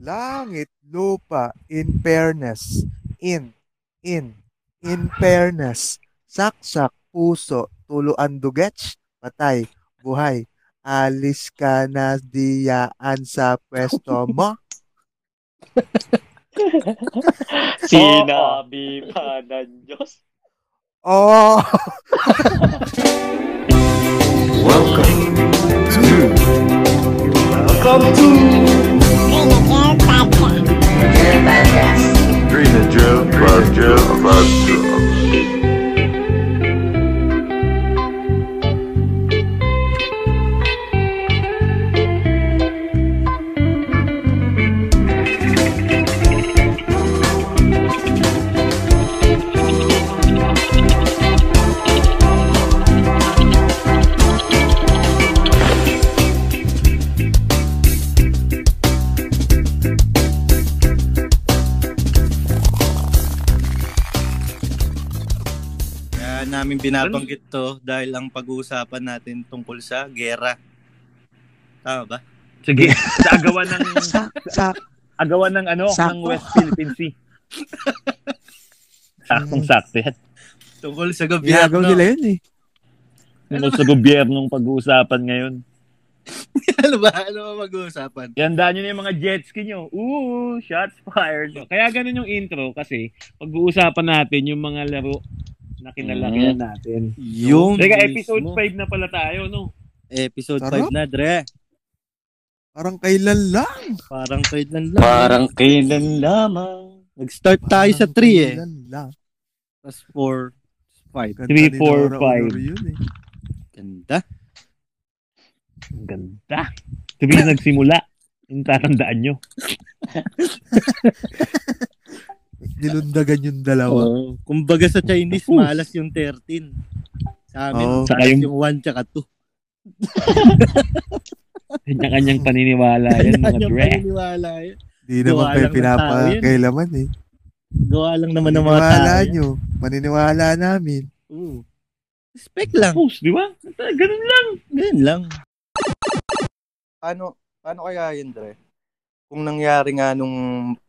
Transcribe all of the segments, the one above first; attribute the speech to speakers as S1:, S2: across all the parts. S1: Langit, lupa, in fairness, in, in, in fairness, saksak, puso, tuluan dugets, patay, buhay, alis ka na diyaan sa pwesto mo.
S2: Sinabi pa ng Diyos.
S1: Oh!
S3: Welcome to Green and Joe Podcast.
S4: Kaya namin binabanggit
S5: Ano?
S4: to dahil ang pag-uusapan natin tungkol sa gera. Tama ba?
S6: Sige, sa agawan ng
S7: Sak, sak.
S6: agawan ng ano,
S7: Sakto.
S6: ng West Philippine Sea. Saktong sakto yan.
S4: Tungkol sa
S7: Ginagaw
S4: gobyerno.
S7: nila yun eh.
S6: Ano sa gobyernong pag-uusapan ngayon?
S4: ano ba? Ano ba mag-uusapan?
S6: Ganda nyo na yung mga jet ski nyo. Ooh, shots fired.
S5: Kaya ganun yung intro kasi pag-uusapan natin yung mga laro na
S2: Mm-hmm.
S5: kinalakihan natin.
S4: Yung
S5: Teka, episode 5 na pala tayo, no?
S4: Episode
S1: Sarap.
S4: 5 na, Dre.
S1: Parang kailan lang?
S4: Parang kailan lang.
S2: Parang kailan lamang.
S4: Nag-start tayo sa 3 eh.
S1: Kailan lang?
S4: Tapos 4, 5.
S1: Ganda
S5: Three,
S1: ni
S5: four,
S1: Nora
S5: five.
S1: Honorio yun eh.
S4: Ganda.
S5: Ang ganda. Tuwing nagsimula, yung tatandaan nyo.
S1: Nilundagan yung dalawa.
S4: Oo. Oh. Kumbaga sa Chinese,
S5: Oof.
S4: malas yung 13. Sa amin,
S1: Oo.
S4: malas
S5: Saka yung-
S4: yung 1 tsaka 2.
S5: Kanya-kanyang paniniwala yan,
S4: Kailan
S5: mga
S4: yung
S5: dre.
S4: paniniwala eh. yun.
S1: Di naman
S4: Gawa
S1: kayo
S4: lang ng tao yun.
S1: pinapakailaman eh.
S4: Gawa lang naman ng mga
S1: Maniniwala
S4: tao.
S1: nyo. Maniniwala namin.
S4: Oo. Respect lang.
S5: Post, di ba? Ganun lang.
S4: Ganyan lang. Paano, paano kaya yun, Dre? Kung nangyari nga nung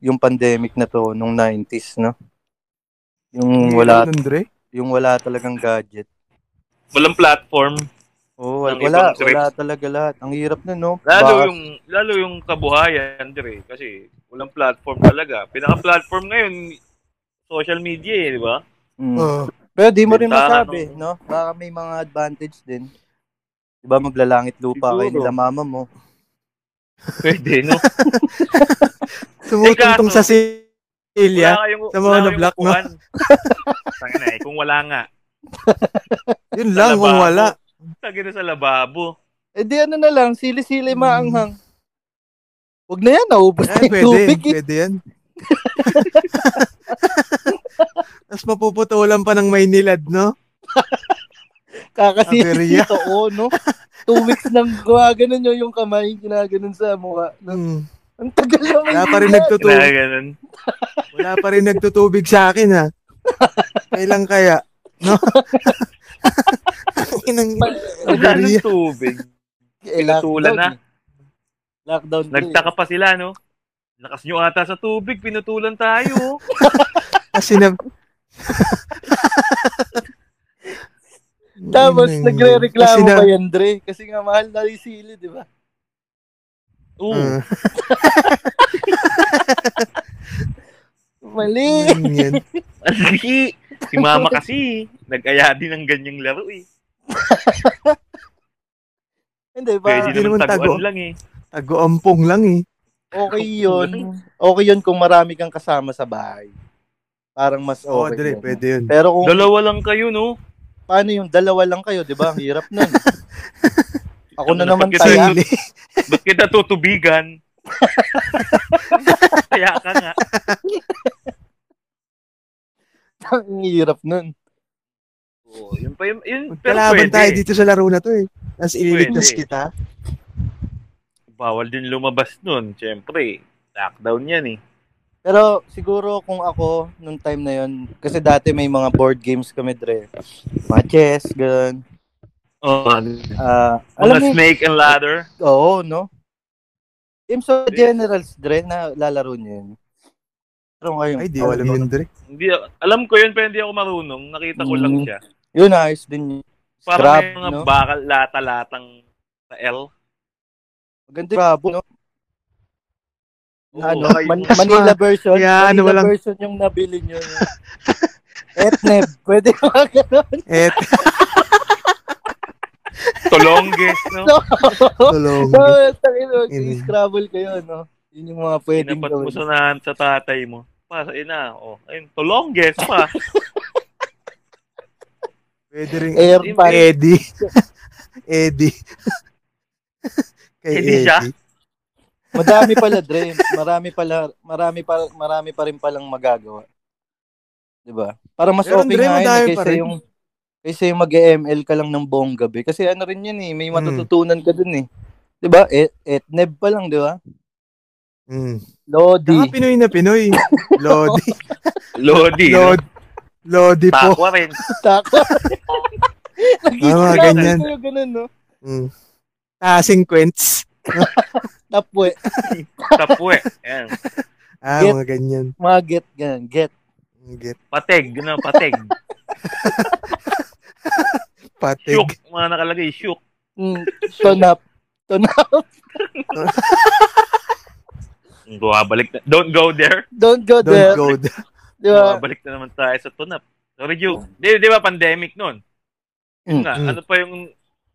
S4: yung pandemic na to, nung 90s, no?
S8: Mm.
S4: Yung wala,
S1: Ano, Andre?
S4: yung wala talagang gadget.
S8: walang platform.
S4: Oo, wala,
S8: Yung
S4: wala,
S8: ibang trip.
S4: talaga lahat. Ang hirap na, no?
S8: Lalo
S4: Baka-
S8: yung lalo yung kabuhayan dire kasi walang platform talaga. Pinaka-platform ngayon social media eh, di ba?
S4: Mm.
S1: Oh.
S4: Pero di mo rin
S8: Bentahan,
S4: masabi, no? Baka may mga advantage din. Di ba maglalangit lupa kayo
S8: Siguro.
S4: nila mama mo?
S8: Pwede, no?
S1: Tumutungtong sa silya.
S8: Wala kayong,
S1: Sa mga
S8: wala kayong
S1: na-block, no?
S8: upuan. Tanga na eh, kung wala nga.
S1: Yun lang, kung
S8: lababo.
S1: wala.
S8: Tagi na sa lababo.
S4: Eh di ano na lang, sili-sili maanghang. Huwag na yan, naubos na
S1: Ay,
S4: yung tubig.
S1: Ah, pwede.
S4: eh.
S1: Pwede yan. Tapos mapuputulan pa ng Maynilad, no? Aberya.
S4: Kakasisi ito, oh, no? Two weeks nang gumaganon nyo yung kamay, ginaganon sa mukha.
S1: Hmm.
S4: Ang tagal naman.
S1: Wala pa rin
S4: yan.
S8: Kaya
S1: nagtutubig.
S8: ganun.
S1: Wala pa rin nagtutubig sa akin, ha? Kailan kaya? No? Inang
S8: Wala
S1: Aberya.
S8: ng tubig.
S4: Eh,
S8: Pinutulan na.
S4: lockdown eh. Lockdown. to eh.
S8: Nagtaka pa sila, no? Lakas nyo ata sa tubig, pinutulan tayo.
S1: kasi na...
S4: Tapos
S1: Inang-
S4: nagre-reklamo
S1: Mm. kasi na-
S4: pa yan, Dre. Kasi nga mahal na rin sili, di ba?
S8: Oo.
S1: Ah, Mm.
S4: Mali.
S1: Yun yan.
S8: Kasi, si mama kasi, nag-aya din ng ganyang laro eh.
S4: Hindi ba?
S8: Pwede
S1: Hindi
S8: naman
S1: naman
S8: taguan
S1: tago.
S8: lang eh.
S1: Tago-ampong lang eh.
S4: Okay yun. Okay yun kung marami kang kasama sa bahay. Parang mas okay.
S1: Oo, Dre,
S4: yun.
S1: pwede yun.
S4: Pero kung
S8: Dalawa lang kayo, no?
S4: paano yung dalawa lang kayo, di ba? Ang hirap nun. Ako na naman
S8: Nakakita
S4: taya.
S1: Sarili.
S8: Ba't kita tutubigan? Kaya ka nga.
S4: Ang hirap nun.
S8: Oo, yun pa yun. yun pero
S1: Kalaban
S8: pwede.
S1: tayo dito sa laro na to eh. Tapos ililigtas
S8: Pwede.
S1: kita.
S8: Bawal din lumabas nun, syempre. Lockdown yan eh.
S4: Pero siguro kung ako, nung time na yun, kasi dati may mga board games kami, Dre. Mga chess, ganun.
S8: Oh,
S4: Ah, alam
S8: mga
S4: mo,
S8: snake and ladder.
S4: oo, no? Yung sa generals, Dre, na lalaro niyo yun. Pero ngayon,
S1: Ay, di ko alam yun, Dre.
S8: Hindi, alam ko yun, pero hindi ako marunong. Nakita ko lang
S4: Mm.
S8: siya.
S4: Yun, ayos din yun.
S8: Parang
S4: Scrap,
S8: may mga
S4: no?
S8: bakal, lata-latang na L.
S4: Maganda yung grabo, no?
S8: Oo,
S4: ano,
S8: okay.
S4: Man- Manila version.
S1: Kaya ano,
S4: Manila
S1: walang-
S4: version yung nabili niyo. no? Etneb, pwede ba ganun?
S1: Et,
S8: Tolonges, no?
S1: tulong.
S4: So, tangin mo,
S1: Yun.
S4: scrabble kayo, no? Yun yung mga pwedeng
S8: Inapat mo
S4: gawin.
S8: sunahan sa tatay mo. Pa, sa ina, oh. Ayun, tolonges pa.
S1: Pwede rin.
S4: Air
S8: Yun,
S4: pan.
S1: Eddie. Eddie. Kay
S8: Eddie siya?
S4: Madami pala, Dre. Marami pala, marami pa, marami pa rin palang magagawa. 'Di ba? Para mas
S1: Meron,
S4: okay
S1: Dre,
S4: nga yun,
S1: madami
S4: eh,
S1: pa
S4: kaysa
S1: rin.
S4: yung kaysa yung mag-ML ka lang ng buong gabi. Kasi ano rin yun eh, may
S1: Hmm.
S4: matututunan ka dun eh. 'Di ba? Et, etneb pa lang, 'di ba?
S1: Mm. Saka
S4: Lodi.
S1: Pinoy na Pinoy. Lodi.
S8: Lodi. no?
S1: Lodi. Lodi po.
S8: Takwa rin.
S4: Taka.
S1: Ah, ganyan.
S4: Kayo, ganun, no?
S1: Mm. Tasing quints.
S4: Tapwe.
S8: Tapwe. eh. Ayan.
S1: Ah,
S4: Get.
S1: mga ganyan.
S4: Mga get, ganyan. Get.
S1: Get.
S8: Pateg, no? Pateg.
S1: Patig.
S8: Shook. Mga nakalagay, shook.
S4: Mm, ton up. Ton up.
S8: Bumabalik na. Don't go there.
S4: Don't go
S1: Don't
S4: there.
S1: go there.
S4: Di ba?
S8: Bumabalik na naman tayo sa tunap. Sorry, Ju. Di, di ba, pandemic nun? Yun
S4: Mm,
S8: nga,
S1: mm.
S8: ano pa yung,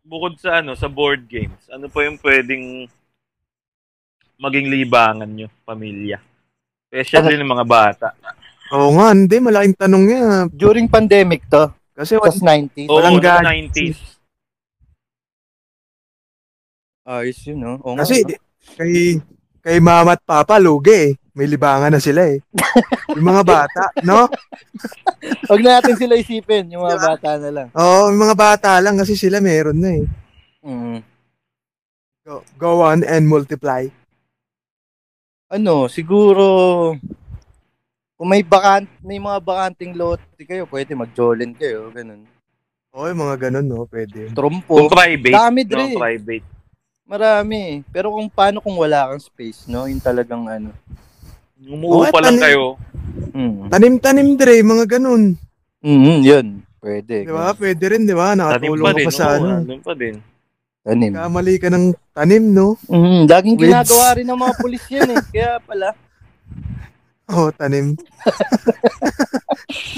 S8: bukod sa ano, sa board games, ano pa yung pwedeng maging libangan nyo, pamilya? Especially ng mga bata.
S1: Oo nga, hindi. Malaking tanong niya.
S4: During pandemic to,
S1: Kasi
S4: tas 90s.
S8: Oo, ano,
S1: Walang
S8: sa
S1: gadgets.
S8: 90s.
S4: Ayos yun, no? Oo nga,
S1: Kasi
S4: no?
S1: di- kay kay mama at papa lugi eh. May libangan na sila eh. yung mga bata, no?
S4: Huwag na natin sila isipin, yung mga
S1: Diba?
S4: bata na lang.
S1: Oo, yung mga bata lang kasi sila meron na eh.
S4: Mm.
S1: Go, go on and multiply.
S4: Ano, siguro, kung may bakant, may mga bakanting lote kayo, pwede mag-jolen kayo, ganun.
S1: Oo, yung mga ganun, no? Pwede.
S8: Kung
S4: Trumpo,
S8: private.
S4: dami
S8: No,
S4: dre,
S8: private.
S4: marami. Pero kung paano kung wala kang space, no? Yung talagang ano.
S8: Umuupa
S1: What?
S8: lang
S1: Ano-
S8: kayo.
S4: Mm.
S1: Tanim-tanim, Dre, mga ganun.
S4: Mm, yun, pwede.
S1: Di ba? Pwede rin, di ba?
S8: Tanim
S1: Nakatulong
S8: pa
S1: ka
S8: din.
S1: pa sa
S8: oo,
S1: ano.
S8: tanim pa din.
S4: Tanim.
S1: Kamali ka ng tanim, no?
S4: Mm, laging
S1: Weeds.
S4: ginagawa rin ng mga pulis yun eh. Kaya pala,
S1: Oo, tanim.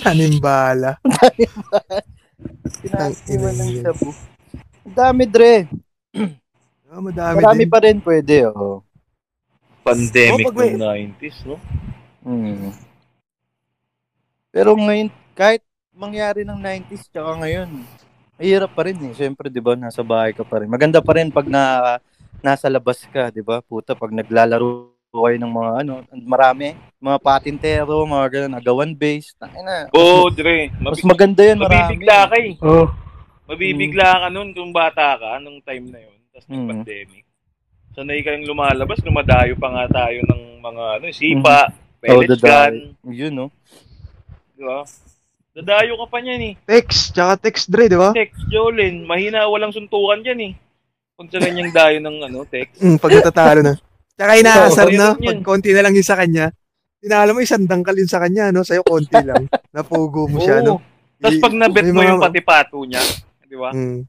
S1: tanim bala.
S4: pinasiwan ng sabu. Ang Dami dre.
S1: Oh, madami,
S4: Marami
S1: din.
S4: pa rin pwede, oh.
S8: Pandemic
S1: Oo, pag may-
S8: ng 90s, no?
S4: Mm. Pero ngayon, kahit mangyari ng 90s tsaka ngayon, mahirap pa rin eh. Siyempre, di ba, nasa bahay ka pa rin. Maganda pa rin pag na, nasa labas ka, di ba? Puta, pag naglalaro kayo ng mga ano, marami. Mga patintero, mga ganun, agawan based. Tangina.
S8: Oo, Dre.
S4: mas
S8: Mabi-
S4: maganda yun, marami.
S8: mabibigla ka eh.
S4: Oh.
S8: Mabibigla ka nun kung bata ka nung time na yun. Tapos may
S4: Mm.
S8: pandemic. Sanay ka yung lumalabas, lumadayo pa nga tayo ng mga ano, sipa, pellet gun.
S4: dadayo. Yun, no?
S8: Di ba? Dadayo ka pa niyan eh.
S1: Text, tsaka text, Dre, di ba?
S8: Text, Jolin. Mahina, walang suntukan dyan eh. Kung sa ganyang dayo ng ano, text.
S1: Mm,
S4: Hmm,
S1: pag natatalo na. Tsaka inaasar
S8: Oo,
S1: na,
S8: Oh, yun yun.
S1: pag konti na lang yung sa kanya. Tinalo mo, isang dangkal yun sa kanya, no? Sa'yo, konti lang. Napugo mo siya, no?
S8: Oo. Tapos pag nabet
S1: May
S8: mo
S1: mga-
S8: yung patipato niya, di ba?
S1: Mm.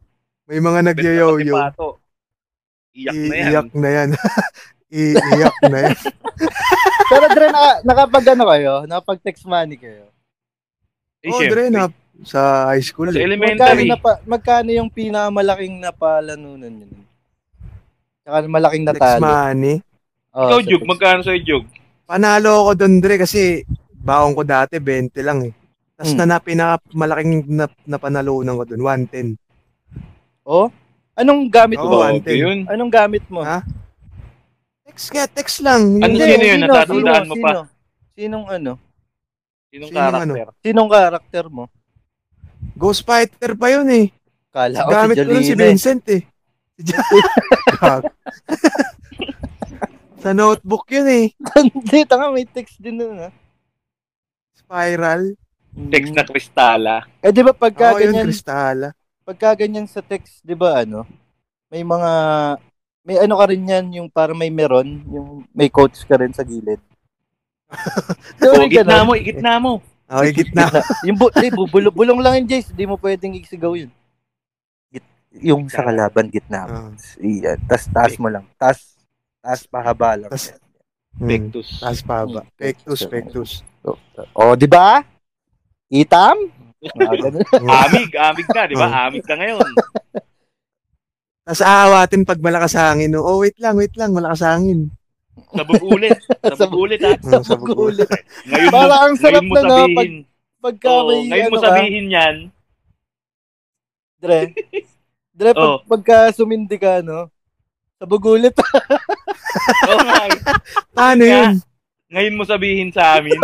S1: May mga
S8: Bet na
S1: nagyoyoyo.
S8: patipato. Iyak na yan.
S1: Iiyak na yan. Iiyak na yan.
S4: Pero Dre, naka, nakapag ano kayo? Nakapag-text money kayo?
S8: Eh,
S1: Oh, Dre,
S8: syempre.
S1: na, sa high school. eh.
S8: Sa
S4: Magkano,
S8: elementary.
S4: na pa, magkano yung pinakamalaking napalanunan yun? Saka malaking
S1: Next
S4: natalo.
S1: money.
S4: Oh,
S8: Ikaw,
S4: sa
S8: Jug,
S4: text-
S8: magkano sa'yo, Jug?
S1: Panalo ako doon, Dre, kasi baon ko dati, 20 lang eh. Tapos na,
S4: Hmm.
S1: na pinakamalaking na, napanalunan ko doon, 110.
S4: Oh? Anong gamit
S1: Oo,
S4: mo?
S1: ano?
S8: Grabe yun.
S4: Anong gamit mo?
S1: Ha? Text nga, eh. text lang.
S8: Ano
S1: Yun
S8: sino
S1: lang.
S8: yun? Natatandaan mo Ano pa?
S4: Sino? Sinong ano?
S8: Sinong
S1: Sinong
S8: karakter?
S4: Sinong karakter mo?
S1: Ghost Fighter pa yun eh.
S4: Kala ko si
S1: Gamit ko
S4: Jolene.
S1: lang si Vincent eh. Si Jolene. Gag. Sa notebook yun eh.
S4: Hindi, tanga, may text din nun, ha?
S1: Spiral.
S8: Text na Kristala.
S4: Eh, di ba
S1: Mm.
S4: pagka
S1: Oo, yun,
S4: ganyan,
S1: Kristala.
S4: pagka ganyan sa text, di ba ano? May mga may ano ka rin yan, yung para may meron, yung may coach ka rin sa gilid.
S8: Oh,
S4: Sorry, ganun.
S8: gitna mo, igitna mo.
S1: Okay, gitna.
S4: yung bu- di, bubulong, bulong lang yun, Jace. Hindi mo pwedeng isigaw yun. Git- yung sa kalaban, gitna mo.
S1: Ah,
S4: Iyan. Tapos taas mo lang. Taas, taas pahaba lang.
S1: Tas- hmm.
S8: Pectus.
S1: Taas pa ba? Pectus, pectus.
S4: O, Oh, di ba? Itam? Ah, ganun.
S1: Hmm.
S8: Amig, amig na, di ba? Amig ka ngayon.
S1: Tapos aawatin pag malakas hangin. no? Oh, wait lang, wait lang, malakas hangin.
S8: Sabog ulit. Sabog ulit, ha?
S1: Ah,
S4: Sa ulit.
S8: Ngayon mo,
S4: Para ang sarap
S8: ngayon mo
S4: na no, pag,
S8: sabihin.
S4: pagka
S8: Oo,
S4: may
S8: ngayon mo
S4: ano ka,
S8: sabihin yan.
S4: Dre. Dre, pag,
S8: Oo.
S4: pagka sumindi ka, no? Sa bugulit.
S8: Oo nga.
S1: Paano yun?
S8: Ngayon mo sabihin sa amin.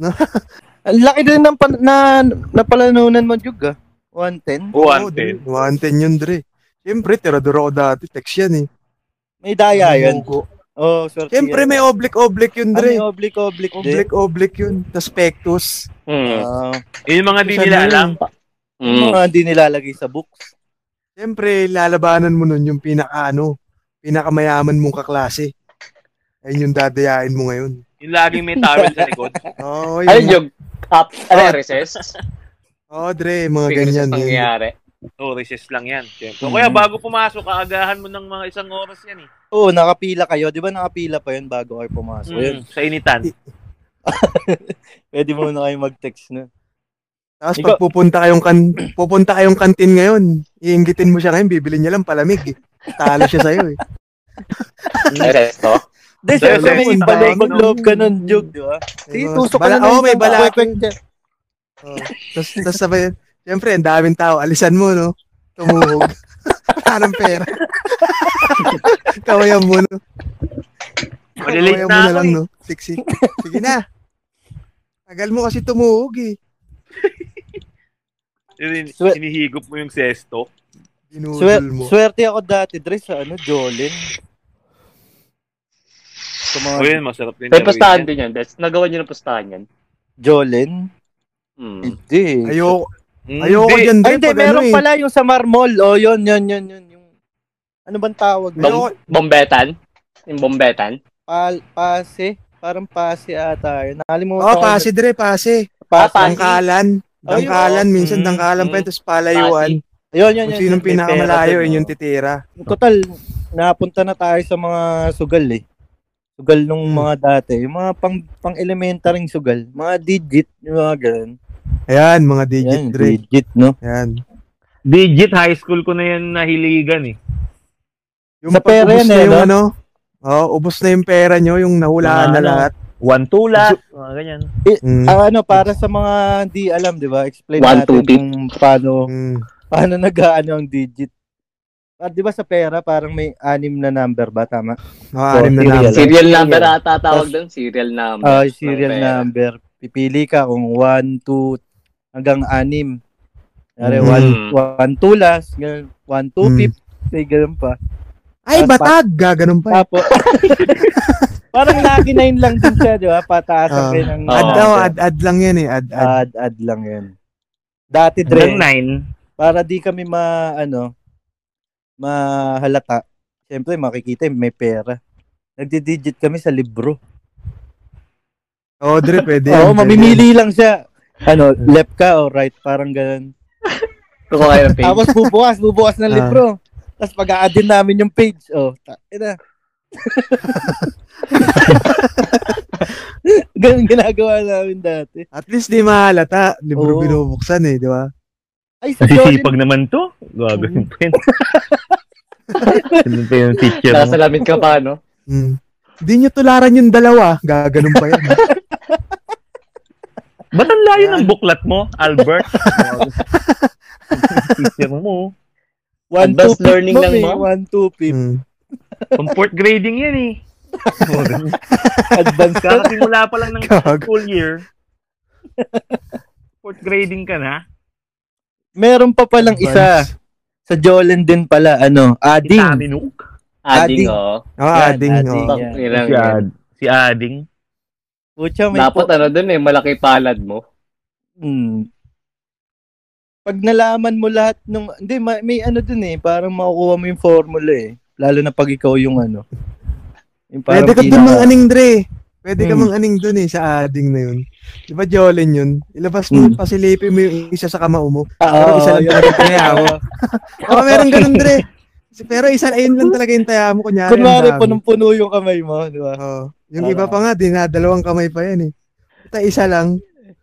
S4: Ang laki din ng pan- na, napalanunan mo, Jug, ah. 110.
S8: Wanted.
S1: Oo, Wanted yun, Dre. Siyempre, tiraduro ko dati. Text yan eh.
S4: May daya yun.
S1: Mugo.
S4: Oh, swerte
S1: Mm. Siyempre, may oblique-oblique yun, Dre.
S4: Dre. Ano oblique-oblique, Dre?
S1: Oblique-oblique yun. Tapos pectus.
S8: Mm.
S4: Ah,
S8: Yung mga di nila
S1: Sabi-
S8: alam. Mm.
S4: yung mga hindi nilalagay sa books.
S1: Siyempre, lalabanan mo nun yung pinaka ano, pinakamayaman mong kaklase. Ayun yung dadayain mo ngayon.
S8: Yung laging may towel sa likod.
S1: Oo, oh,
S7: Ayun
S1: yun. Ah.
S7: yung up, ano, recess?
S1: Oo, Dre, mga
S7: Recess
S1: ganyan.
S7: ang nangyayari.
S8: Oh, recess lang yan. Siyempre. Kaya bago pumasok, kaagahan mo ng mga isang oras yan eh.
S4: Oo, nakapila kayo. Di ba nakapila pa yun bago kayo pumasok? Yun.
S8: Mm, Sa initan.
S4: Pwede muna kayo mag-text na.
S1: Tapos
S4: Ikaw-
S1: pag pupunta kayong, kan pupunta kayong kantin ngayon, iinggitin mo siya ngayon, bibili niya lang palamig eh. Talo siya sa'yo eh.
S7: Resto.
S4: Hindi,
S8: Dre,
S4: siyempre may
S8: Dre,
S4: ibalik
S8: Dre,
S4: mag-loob ka nun, Jug, Mm, di ba? Sige, tusok ka na
S1: Oo, may
S4: isang
S1: bala.
S4: kwek-kwek dyan.
S1: Tapos tapos sabay, siyempre, ang daming tao. Alisan mo, no? Tumuhog. Parang pera. Kawayan mo, no? Kawayan mo
S8: Malilate na
S1: na
S8: ako
S1: lang,
S8: eh.
S1: no? Siksi. Sige na. Tagal mo kasi tumuhog eh.
S8: Yun,
S4: Swe-
S8: Hinihigop mo yung sesto.
S1: Dinudol
S4: Swer-
S1: mo.
S4: swerte ako dati, Dre, sa ano, Jolin. Sa mga
S8: O yun, masarap din.
S7: May
S8: gawin
S7: pustahan
S8: yan.
S7: din yan. Des. Nagawa niyo ng pustahan yan.
S4: Jolin?
S7: Hmm.
S4: Hindi.
S1: Ayoko,
S8: Mm,
S1: ayoko
S8: di.
S1: dyan,
S4: Ay,
S1: Dre.
S4: hindi,
S1: pag ano
S4: meron
S1: eh.
S4: pala yung sa Marmol. Oh, yun, yun, yun, yun. Yung, ano bang tawag?
S7: Bang-
S1: Ayoko,
S7: Bombetan. Yung bombetan.
S4: Pal, pase. Parang pase ata. Yun. Nakalimutan
S1: oh,
S4: ko.
S1: pase, Dre, pase.
S4: Pase.
S7: Pase.
S1: Dangkalan.
S4: Oh, yun.
S1: Dangkalan, minsan
S8: Mm,
S1: dangkalan pa yun, tapos palayuan.
S4: Ayun, yun, yun.
S1: Kung sinong
S4: May pera
S1: pinakamalayo,
S4: dun,
S1: yun yung
S4: oh.
S1: titira.
S4: Total, napunta na tayo sa mga sugal eh. Sugal nung
S1: Hmm.
S4: mga dati. Yung mga pang, pang elementaryng sugal. Mga digit, yung mga ganun.
S1: Ayan, mga digit,
S4: Yan,
S1: Dre.
S4: digit, no?
S1: Ayan.
S8: Digit high school ko na yan nahiligan eh.
S1: Yung
S4: Sa
S1: pag
S4: pera
S1: ubos
S4: yun
S1: na
S4: eh,
S1: yung
S4: no?
S1: ano, oh, ubos na yung pera nyo, yung nahulaan
S8: Wala
S1: na
S8: na.
S1: lahat.
S8: One tula. Mga ganyan.
S1: Mm.
S4: ano? Ah, ano, para sa mga di alam, di ba? Explain
S7: One, two,
S4: natin
S7: beep.
S4: kung paano,
S1: Mm.
S4: paano nag-ano ang digit. Ah, di ba sa pera, parang may anim na number ba? Tama?
S1: Nakaanim na namin.
S7: Serial number ata tawag doon. Serial number.
S4: Ah,
S7: ng
S4: serial
S7: pera.
S4: number. Pipili ka kung 1, 2, hanggang 6. Kaya
S1: Mm.
S4: 1, 1, 2 last, 1, 2,
S1: Mm.
S4: 5, may ganun pa. Ah,
S1: Ay, batag! Gaganon pa.
S4: Tapos, parang lagi 9 lang din siya, di ba? Pataas
S1: Ah.
S4: ang ng
S1: Ad
S7: Oo.
S1: daw, ad, ad lang yan eh. Ad, ad.
S4: ad, ad lang yun. Dati,
S7: Ano
S8: Hanggang
S4: Dre,
S8: nine.
S4: para di kami ma, ano, mahalata. Siyempre, makikita yung may pera. Nagdi-digit kami sa libro.
S1: Oo, Oh, Dre, pwede yan.
S4: Oo,
S1: pwede yan.
S4: Oh, mamimili lang siya. Ano, left ka o right, parang ganun.
S7: Kukuha kayo ng page.
S4: Tapos bubukas, bubukas ng
S1: Ah.
S4: libro. Tapos pag-a-add namin yung page. Oh, ta- ina. Ganun ginagawa namin dati.
S1: At least di mahalata. Libro
S4: Oo.
S1: binubuksan eh, di ba?
S4: Ay, sa
S8: Nasisipag naman to. Gagawin pa yun. Ganun pa yung teacher mo.
S7: Nakasalamin ka pa, no?
S1: Mm. Hindi nyo tularan yung dalawa. Gaganon pa yan.
S8: Ba't ang layo ng buklat mo, Albert? teacher mo.
S4: One,
S7: Advanced
S4: two,
S7: learning
S4: ma'am,
S7: lang,
S4: eh.
S7: ma'am.
S4: One, two, fifth.
S1: mm.
S8: Pang fourth grading yan eh.
S4: Advanced ka na.
S8: Kakasimula pa lang ng
S1: Gag.
S8: school year. Fourth grading ka na.
S4: Meron pa palang isa.
S1: Advance.
S4: Sa Jolin din pala, ano, adding.
S8: Itaminuk.
S7: Adding, oh.
S4: Adding.
S7: oo.
S1: Oo,
S4: Yan,
S1: ading.
S4: ading.
S1: oo.
S7: Fuck
S4: Yeah.
S7: nilang
S8: Si,
S7: yan.
S8: Ad, si Ading.
S4: Pucha, may
S7: Dapat ano dun eh, malaki palad mo.
S4: Hmm. Pag nalaman mo lahat nung hindi ma- may ano dun eh, parang makukuha mo yung formula eh. Lalo na pag ikaw yung ano. Yung parang
S1: Pwede ka dun ano,
S4: pinaka-
S1: mang aning, Dre. Pwede ka
S4: Hmm.
S1: mang aning dun eh, sa ading na yun. Di ba, Jolin yun? Ilabas mo,
S4: Hmm.
S1: pasilipin mo yung isa sa kamao mo.
S4: Ah,
S1: Pero isa lang
S4: yun.
S1: talaga yung taya mo. Oo, Oh, meron ganun, Dre. Pero isa, ayun lang talaga yung taya mo. Kunyari,
S4: Kunwari,
S1: ang dami.
S4: punong-puno yung kamay mo, di ba?
S1: Oo. Yung iba pa nga, dinadalawang kamay pa yan eh. Puta, isa lang.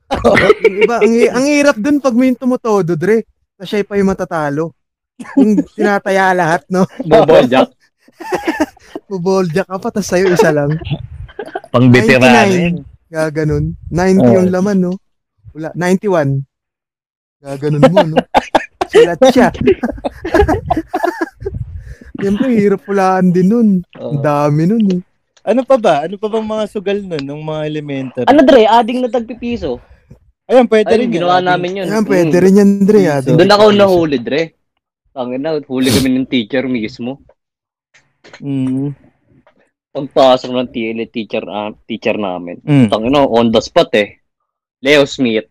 S1: yung iba, ang, hi- ang hirap dun pag may tumutodo, Dre. Tapos siya pa yung matatalo. Yung tinataya lahat, no?
S7: Bobo
S4: Ano,
S7: Jack.
S1: Bubolja ka pa, tapos sa'yo isa lang.
S5: Pang veterano
S1: 99.
S5: yan.
S1: Gaganon. 90 yung laman, no? Wala, 91. Gaganon mo, no? Sulat siya. Siyempre, hirap pulaan din nun. Ang
S7: Oh.
S4: Oo.
S1: dami nun, eh.
S4: Ano pa ba? Ano pa bang mga sugal nun, nung mga elementary?
S7: Ano Dre, ading na tagpipiso.
S4: Ayun, pwede
S7: Ayun,
S4: rin. yun.
S7: ginawa namin yun.
S1: Ayan, pwede
S7: Mm.
S1: rin yan, Dre, ah.
S4: So,
S7: Doon ako nahuli, Dre. Tangin na, huli kami ng teacher mismo.
S4: Mm.
S7: Pagpasok ng TL teacher, ah, teacher namin.
S4: Mm.
S7: Tangin na, on the spot eh. Leo Smith.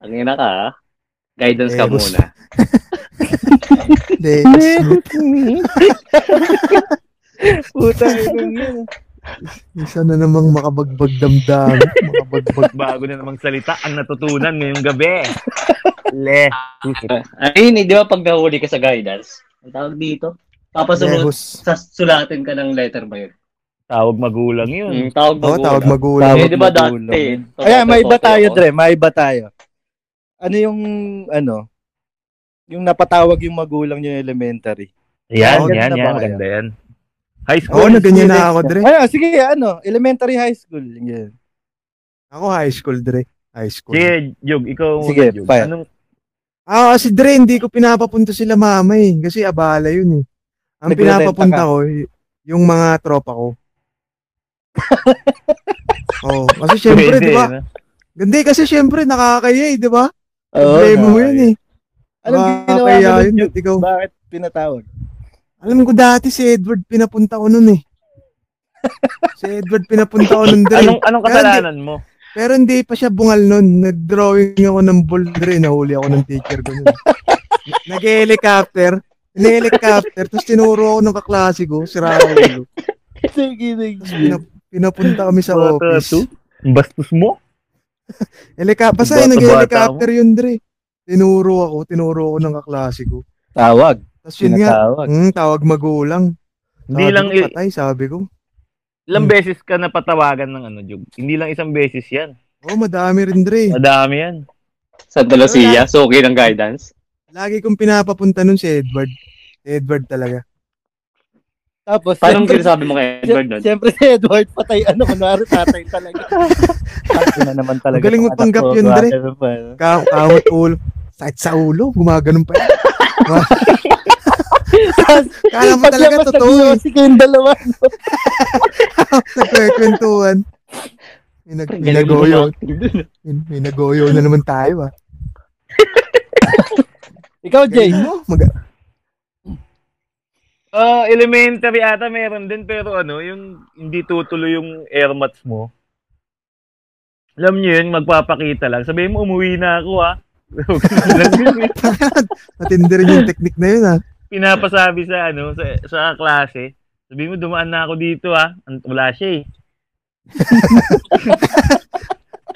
S7: Tangin na ka, ah. Guidance ka
S1: Leo
S7: muna.
S1: Hindi.
S4: Puta, yun yun.
S1: Isa na namang makabagbag damdam. Makabagbag.
S5: Bago na namang salita ang natutunan ngayong gabi. Le.
S7: Ayun eh, di ba pag nahuli ka sa guidance, ang tawag dito, papasunod,
S1: Lehos.
S7: sa sulatin ka ng letter ba yun?
S5: Tawag magulang yun.
S7: Mm, tawag
S1: Oo, tawag
S7: magulang.
S1: magulang.
S7: eh, di ba
S4: Tawag
S7: dati?
S4: Ayan, may iba
S7: copy
S4: tayo,
S7: ako.
S4: Dre. May iba tayo. Ano yung, ano, yung napatawag yung magulang nyo elementary?
S5: Yan,
S1: Oo,
S5: yan,
S4: ganun na
S5: yan.
S4: ba
S5: Maganda yan. High
S1: Oo,
S5: school.
S1: naganyan na ako, Dre.
S4: Ayun, sige, ano, elementary high school. Yan.
S1: Ako high school, Dre. High school.
S5: Sige, Jog, ikaw muna,
S4: Sige,
S5: Jog.
S4: fire.
S5: Anong
S1: Ah, kasi Dre, hindi ko pinapapunta sila mama eh. Kasi abala yun eh. Ang
S4: Nagre-renta
S1: pinapapunta
S4: ka?
S1: ko, y- yung mga tropa ko. oh, kasi syempre,
S5: pwede,
S1: di ba?
S5: no?
S1: Hindi, kasi syempre, nakakaya eh, di ba?
S4: Oo,
S1: Problema mo yun eh.
S4: Anong ginawa
S1: Nakakaya
S4: mo
S1: yun,
S4: nun?
S1: ba't ikaw?
S4: Bakit pinatawag?
S1: Alam ko dati si Edward pinapunta ko nun eh. si Edward pinapunta ko nun, Dre.
S5: Anong, anong
S1: Pero hindi-
S5: kasalanan mo?
S1: Pero hindi pa siya bungal nun. Nag-drawing ako ng ball rin. Nahuli ako ng teacher ko nun. Nag-helicopter. Nag-helicopter. Tapos tinuro ako ng kaklase ko. Sira ako ulo.
S4: Sige,
S1: Tapos pinap- pinapunta kami sa office.
S5: Ang Bastos mo?
S1: Helika- Basta
S5: Bata-bata
S1: yung nag-helicopter yun, Dre. Tinuro ako. Tinuro ako ng kaklase ko.
S4: Tawag.
S1: Tapos yun nga.
S4: Pinatawag.
S1: Mm, tawag magulang.
S5: Hindi
S1: Sabi
S5: lang
S1: ko,
S5: i-
S1: patay, sabi ko.
S5: Ilang beses ka napatawagan ng ano, Jog? Hindi lang isang beses yan.
S1: Oh, madami rin, Dre.
S5: Madami yan.
S7: Santa Lucia, so okay ng guidance.
S1: Lagi kong pinapapunta nun si Edward. Si Edward talaga.
S4: Tapos,
S7: Paano
S4: syempre-
S7: sinasabi mo kay Edward nun?
S4: Siyempre si Edward patay ano kunwari tatay talaga. Tatay na naman talaga.
S1: Magaling
S4: tong
S1: magpanggap
S4: anak ko,
S1: yun, Dre.
S4: gumagano pa, ano.
S1: Ka kawat ulo. Sakit sa ulo. Gumaganon pa yan.
S4: Tapos,
S1: Kala mo
S4: paglabas
S1: talaga
S4: na
S1: totoo eh.
S4: biyosi kayong dalawa.
S1: Nagkwekwentuhan. May, nag, may
S7: Galing mo
S1: nagoyo.
S7: mag-acting dun.
S1: May- May nagoyo na naman tayo ah.
S4: Ikaw, Jay.
S1: Galing mo. Mag-
S5: Ah, elementary ata meron din pero ano, yung hindi tutuloy yung air mats mo. Alam niyo yun, magpapakita lang. Sabihin mo, umuwi na ako ah. Lang yun, eh.
S1: matindi rin yung technique na yun ah.
S5: Pinapasabi sa ano, sa, sa klase. Sabihin mo, dumaan na ako dito ah. Ang- Wala siya eh.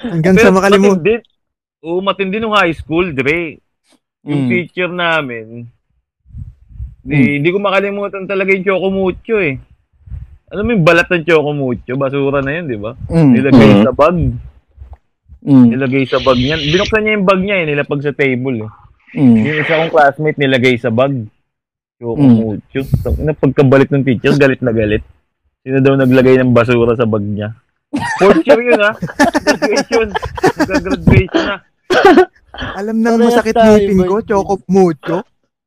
S1: Hanggang sa makalimutan.
S5: matindi. Oo, matindi nung high school, Dre. Yung
S4: Mm.
S5: teacher namin, di, di ko makalimutan talaga yung Choco Mucho eh. Alam mo yung balat ng Choco Mucho, basura na yun, di ba? Nilagay
S7: Mm.
S5: sa bag.
S4: Mm.
S5: Nilagay sa bag niya. Binuksan niya yung bag niya eh, nilapag sa table eh.
S4: Mm.
S5: Yung isa kong classmate nilagay sa bag. Choco
S4: Mm.
S5: Mucho. So, na pagkabalik ng teacher, galit na galit. Sino daw naglagay ng basura sa bag niya? Fourth year yun ha. Graduation. Nagka-graduation na.
S1: Alam nang
S4: Parehas
S1: masakit
S4: tayo,
S1: ngipin ko.
S4: boy.
S1: Choco mucho.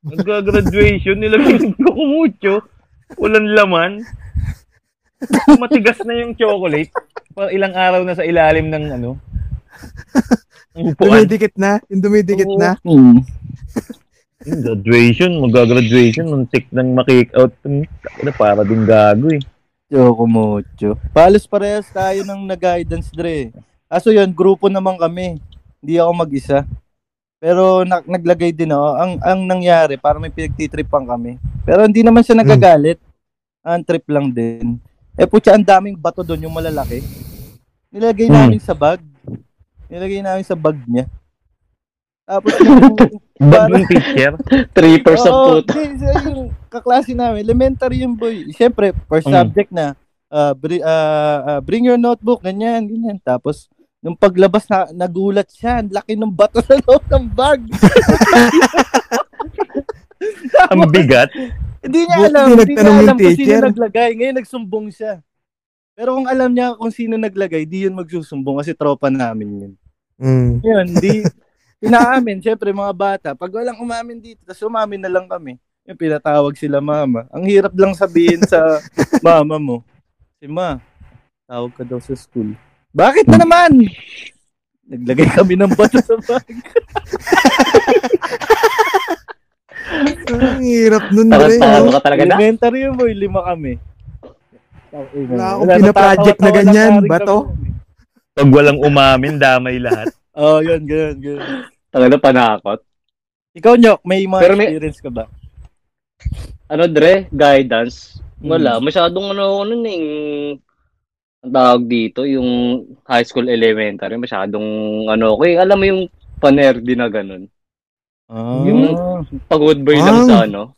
S5: Nagka-graduation, nilagay ng kukumucho. Walang laman. Matigas na yung chocolate. Pa ilang araw na sa ilalim ng ano. Ng upuan.
S1: Dumidikit na. Yung dumidikit
S5: Oo.
S1: na.
S4: Mm.
S5: Yung Graduation, magka-graduation. Muntik nang makick out. Ano, para din gago eh.
S4: Choco Mocho. Palos parehas tayo ng nag-guidance, Dre. Aso yun, grupo naman kami. Hindi ako mag-isa. Pero na- naglagay din ako. Ang, ang nangyari, parang may pinagtitripan kami. Pero hindi naman siya nagagalit. Ang trip lang din. Eh putya, ang daming bato doon, yung malalaki. Nilagay namin sa bag. Nilagay namin sa bag niya. Tapos yung...
S5: Bag ng teacher.
S7: Trippers of
S4: Oo,
S7: puta.
S4: di- di- yung kaklase namin, elementary yung boy. Siyempre, first
S5: Mm.
S4: subject na, ah, bri- ah, ah, bring your notebook, ganyan, ganyan. Tapos, nung paglabas, na, nagulat siya. Ang laki ng bato sa loob ng bag.
S5: Ang bigat.
S4: Hindi niya
S1: Buti
S4: alam.
S1: di
S4: Hindi niya
S1: nagtanong yung
S4: alam kung sino
S1: teacher.
S4: naglagay. Ngayon, nagsumbong siya. Pero kung alam niya kung sino naglagay, di yun magsusumbong kasi tropa namin yun.
S1: Mm.
S4: Yun, di inaamin. Siyempre, mga bata, pag walang umamin dito, tapos umamin na lang kami. Yung pinatawag sila mama. Ang hirap lang sabihin sa mama mo. Si ma, tawag ka daw sa school. Bakit na naman? Naglagay kami ng bato sa bag.
S1: Ang hirap nun, Dre.
S7: Tarantado
S1: no?
S7: ka talaga na.
S4: Elementary yun, boy. Lima kami.
S1: Wala akong pinaproject na ganyan, bato.
S5: Pag walang umamin, damay lahat.
S4: Oh, yun, ganyan, ganyan.
S7: Talaga na panakot.
S4: Ikaw, Nyok, may mga
S7: Pero may-
S4: experience ka ba?
S7: Ano Dre, guidance.
S5: Mm.
S7: Wala, masyadong ano ako nun eh. yung- Ang tawag dito, yung high school elementary, masyadong ano ko eh. Alam mo yung panerdi na ganun.
S4: Ah.
S7: Yung- Pagod boy
S1: Ah.
S7: lang sa ano.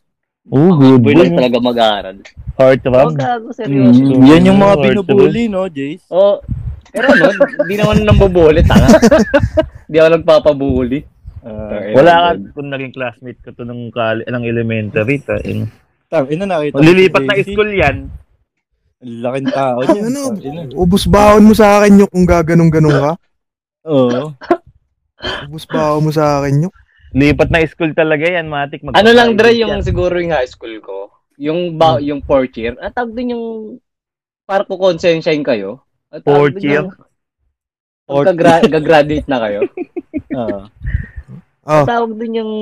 S5: Oh, good
S7: Boy lang talaga mag-aaral.
S5: Heart
S7: Oh,
S5: rub.
S7: gago, seryoso.
S5: Mm.
S4: Yan yung mga
S5: Lord,
S4: binubuli, no, Jace?
S7: Oh, pero ano, hindi naman nambubuli, tanga. Hindi ako nagpapabuli.
S4: Ah,
S5: Wala ka kung naging classmate ko to nung, kal- ng elementary. Ta, yun.
S4: tang, ina nakita. ko si
S5: Lilipat na
S4: Jace.
S5: school yan.
S4: Ang Laking tao niya.
S1: Ano,
S4: tang, ina.
S1: ubus baon mo sa akin yung kung gaganong-ganong ka.
S4: Oo.
S1: Ubus baon mo sa akin yung.
S5: Lipat na school talaga yan, Matik. Mag-
S7: Ano lang, Dre, yung siguro yung high school ko. Yung
S5: Hmm.
S7: ba, yung fourth year. At tawag din yung para ko konsensyahin kayo. At tawag
S5: Fourth
S7: din
S5: year?
S7: yung- Pagka gra- gagraduate na kayo.
S4: Ah.
S1: Oh.
S7: Tawag din yung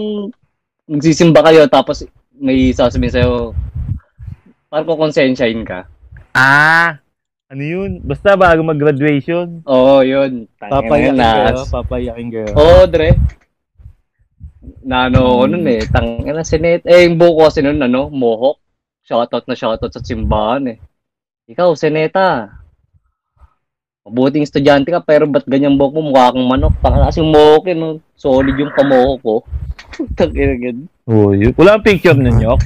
S7: nagsisimba kayo tapos may sasabihin sa'yo para ko konsensyahin ka.
S5: Ah! Ano yun? Basta bago mag-graduation.
S7: Oo, yun. Tangina
S4: Papayakin
S7: na. Oh.
S4: girl. Papayakin girl.
S7: Oo, Dre. Nano ko nun eh. Tangina sinet. Eh, yung buko kasi nun, ano, mohawk. Shoutout na shoutout sa simbahan eh. Ikaw, Seneta. Mabuting estudyante ka, pero ba't ganyang buhok mo? Mukha kang manok. Tangina kasi yung mohawk eh, no? Solid yung pamohok ko. Tangina gan.
S5: Oh, yun. Wala ang picture nun, Nyok.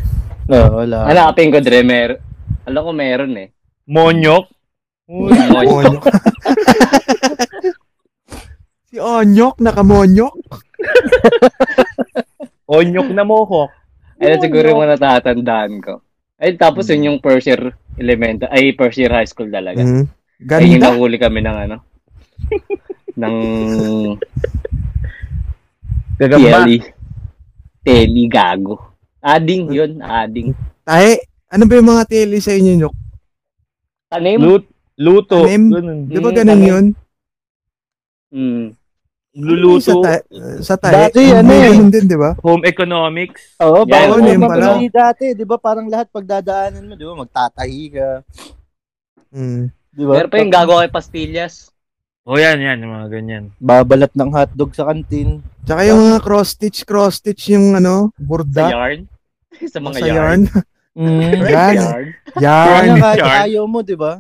S4: Oo, wala.
S7: Hanapin ko, Dre. Mer Alam ko meron eh.
S5: Monyok.
S1: Monyok. si Onyok, nakamonyok.
S5: Onyok na mohok.
S7: Ayun siguro yung mga natatandaan ko. Ay, tapos yun yung first year elementary, ay first year high school talaga.
S1: Mm.
S7: Ay, yung
S1: Ganda.
S7: nahuli kami ng ano. ng
S5: Gagamba.
S7: Teli. Teli gago. Ading yun, ading.
S1: Tae, ano ba yung mga tele sa inyo, Nyok?
S7: Tanim.
S5: Lut- luto.
S1: Tanim.
S5: Ganun.
S1: Di ba
S7: Mm,
S1: ganun
S7: tanim.
S1: yun?
S7: Mm.
S1: Sa,
S5: Luluto.
S1: ta- sa tae.
S4: Dati, ano
S1: May
S4: eh.
S1: ganun din, di ba?
S5: Home economics.
S4: Oo,
S7: Yan,
S4: bawal
S1: Ano yun
S4: yung
S1: pala.
S4: mabili dati. Di ba parang lahat pagdadaanan mo, di ba? Magtatahi ka.
S1: Mm.
S4: Di ba?
S7: Meron pa yung gago kay pastillas.
S5: O oh, yan, yan. yung Mga ganyan.
S4: Babalat ng hotdog sa kantin.
S1: Tsaka yung mga cross-stitch, cross-stitch yung ano,
S7: Sa
S1: burda.
S7: yarn. sa mga
S1: Sa
S7: yarn.
S1: yarn.
S4: Mm.
S1: Yan.
S7: Yarn.
S4: Kaya
S1: Yarn.
S4: nga, kahit
S5: Yarn.
S4: ayaw mo, di ba?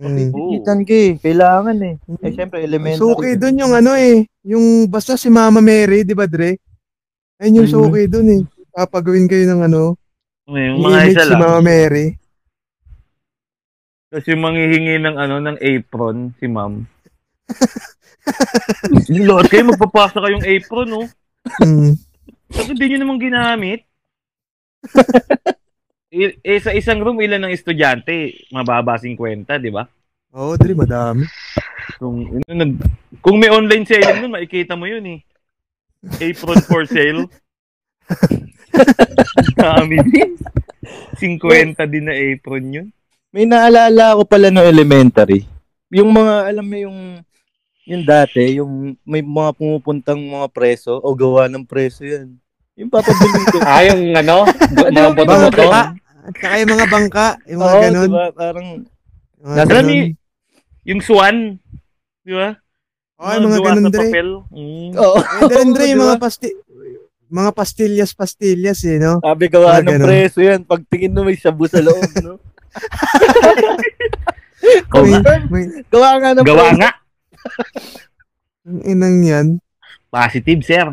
S1: Mm.
S4: Kitan ka eh. Kailangan eh. Eh, syempre, elementary.
S1: Suki dun yung ano eh. Yung basta si Mama Mary, di ba, Dre? Ayun yung
S4: Mm.
S1: suki dun eh. Papagawin kayo ng ano.
S5: Yung mga
S1: Image
S5: isa
S1: si
S5: lang.
S1: Mama Mary.
S5: Tapos yung manghihingi ng ano ng apron si ma'am. yung lahat kayo magpapasa kayong apron, no?
S1: Mm.
S5: Tapos hindi nyo namang ginamit. I- eh, sa isang room, ilan ng estudyante? Mababa 50, di ba?
S1: Oo, Dre, madami.
S5: Kung, yun, nag, kung may online selling nun, makikita mo yun eh. Apron for sale. Dami din. 50 din na apron yun.
S4: May naalala ako pala no elementary. Yung mga, alam mo yung, yung dati, yung may mga pumupuntang mga preso o gawa ng preso yan. Yung papabili ko.
S7: Ah, yung ano? mga boto-boto.
S1: Bangka. At saka yung mga bangka. Yung mga
S4: Oo,
S1: Ah, ganun.
S4: diba? Parang,
S1: Mga
S4: Nasa-
S1: ganun.
S5: Alam niyo, yung swan, di ba?
S1: Oo, yung mga ganun,
S5: gawa sa
S1: Dre.
S5: papel. Mm.
S4: oo.
S1: Eh, Dre, Dre, yung
S4: diba?
S1: mga pasti... Mga pastillas-pastillas eh, no?
S4: Sabi gawa
S1: Ah,
S4: ng
S1: ganun.
S4: preso yan. Pag tingin mo may shabu sa loob, no?
S7: Ikaw
S1: May,
S7: nga.
S1: may,
S4: Gawa nga ng
S5: Gawa
S4: preso.
S5: nga.
S1: ang inang yan.
S5: Positive, sir.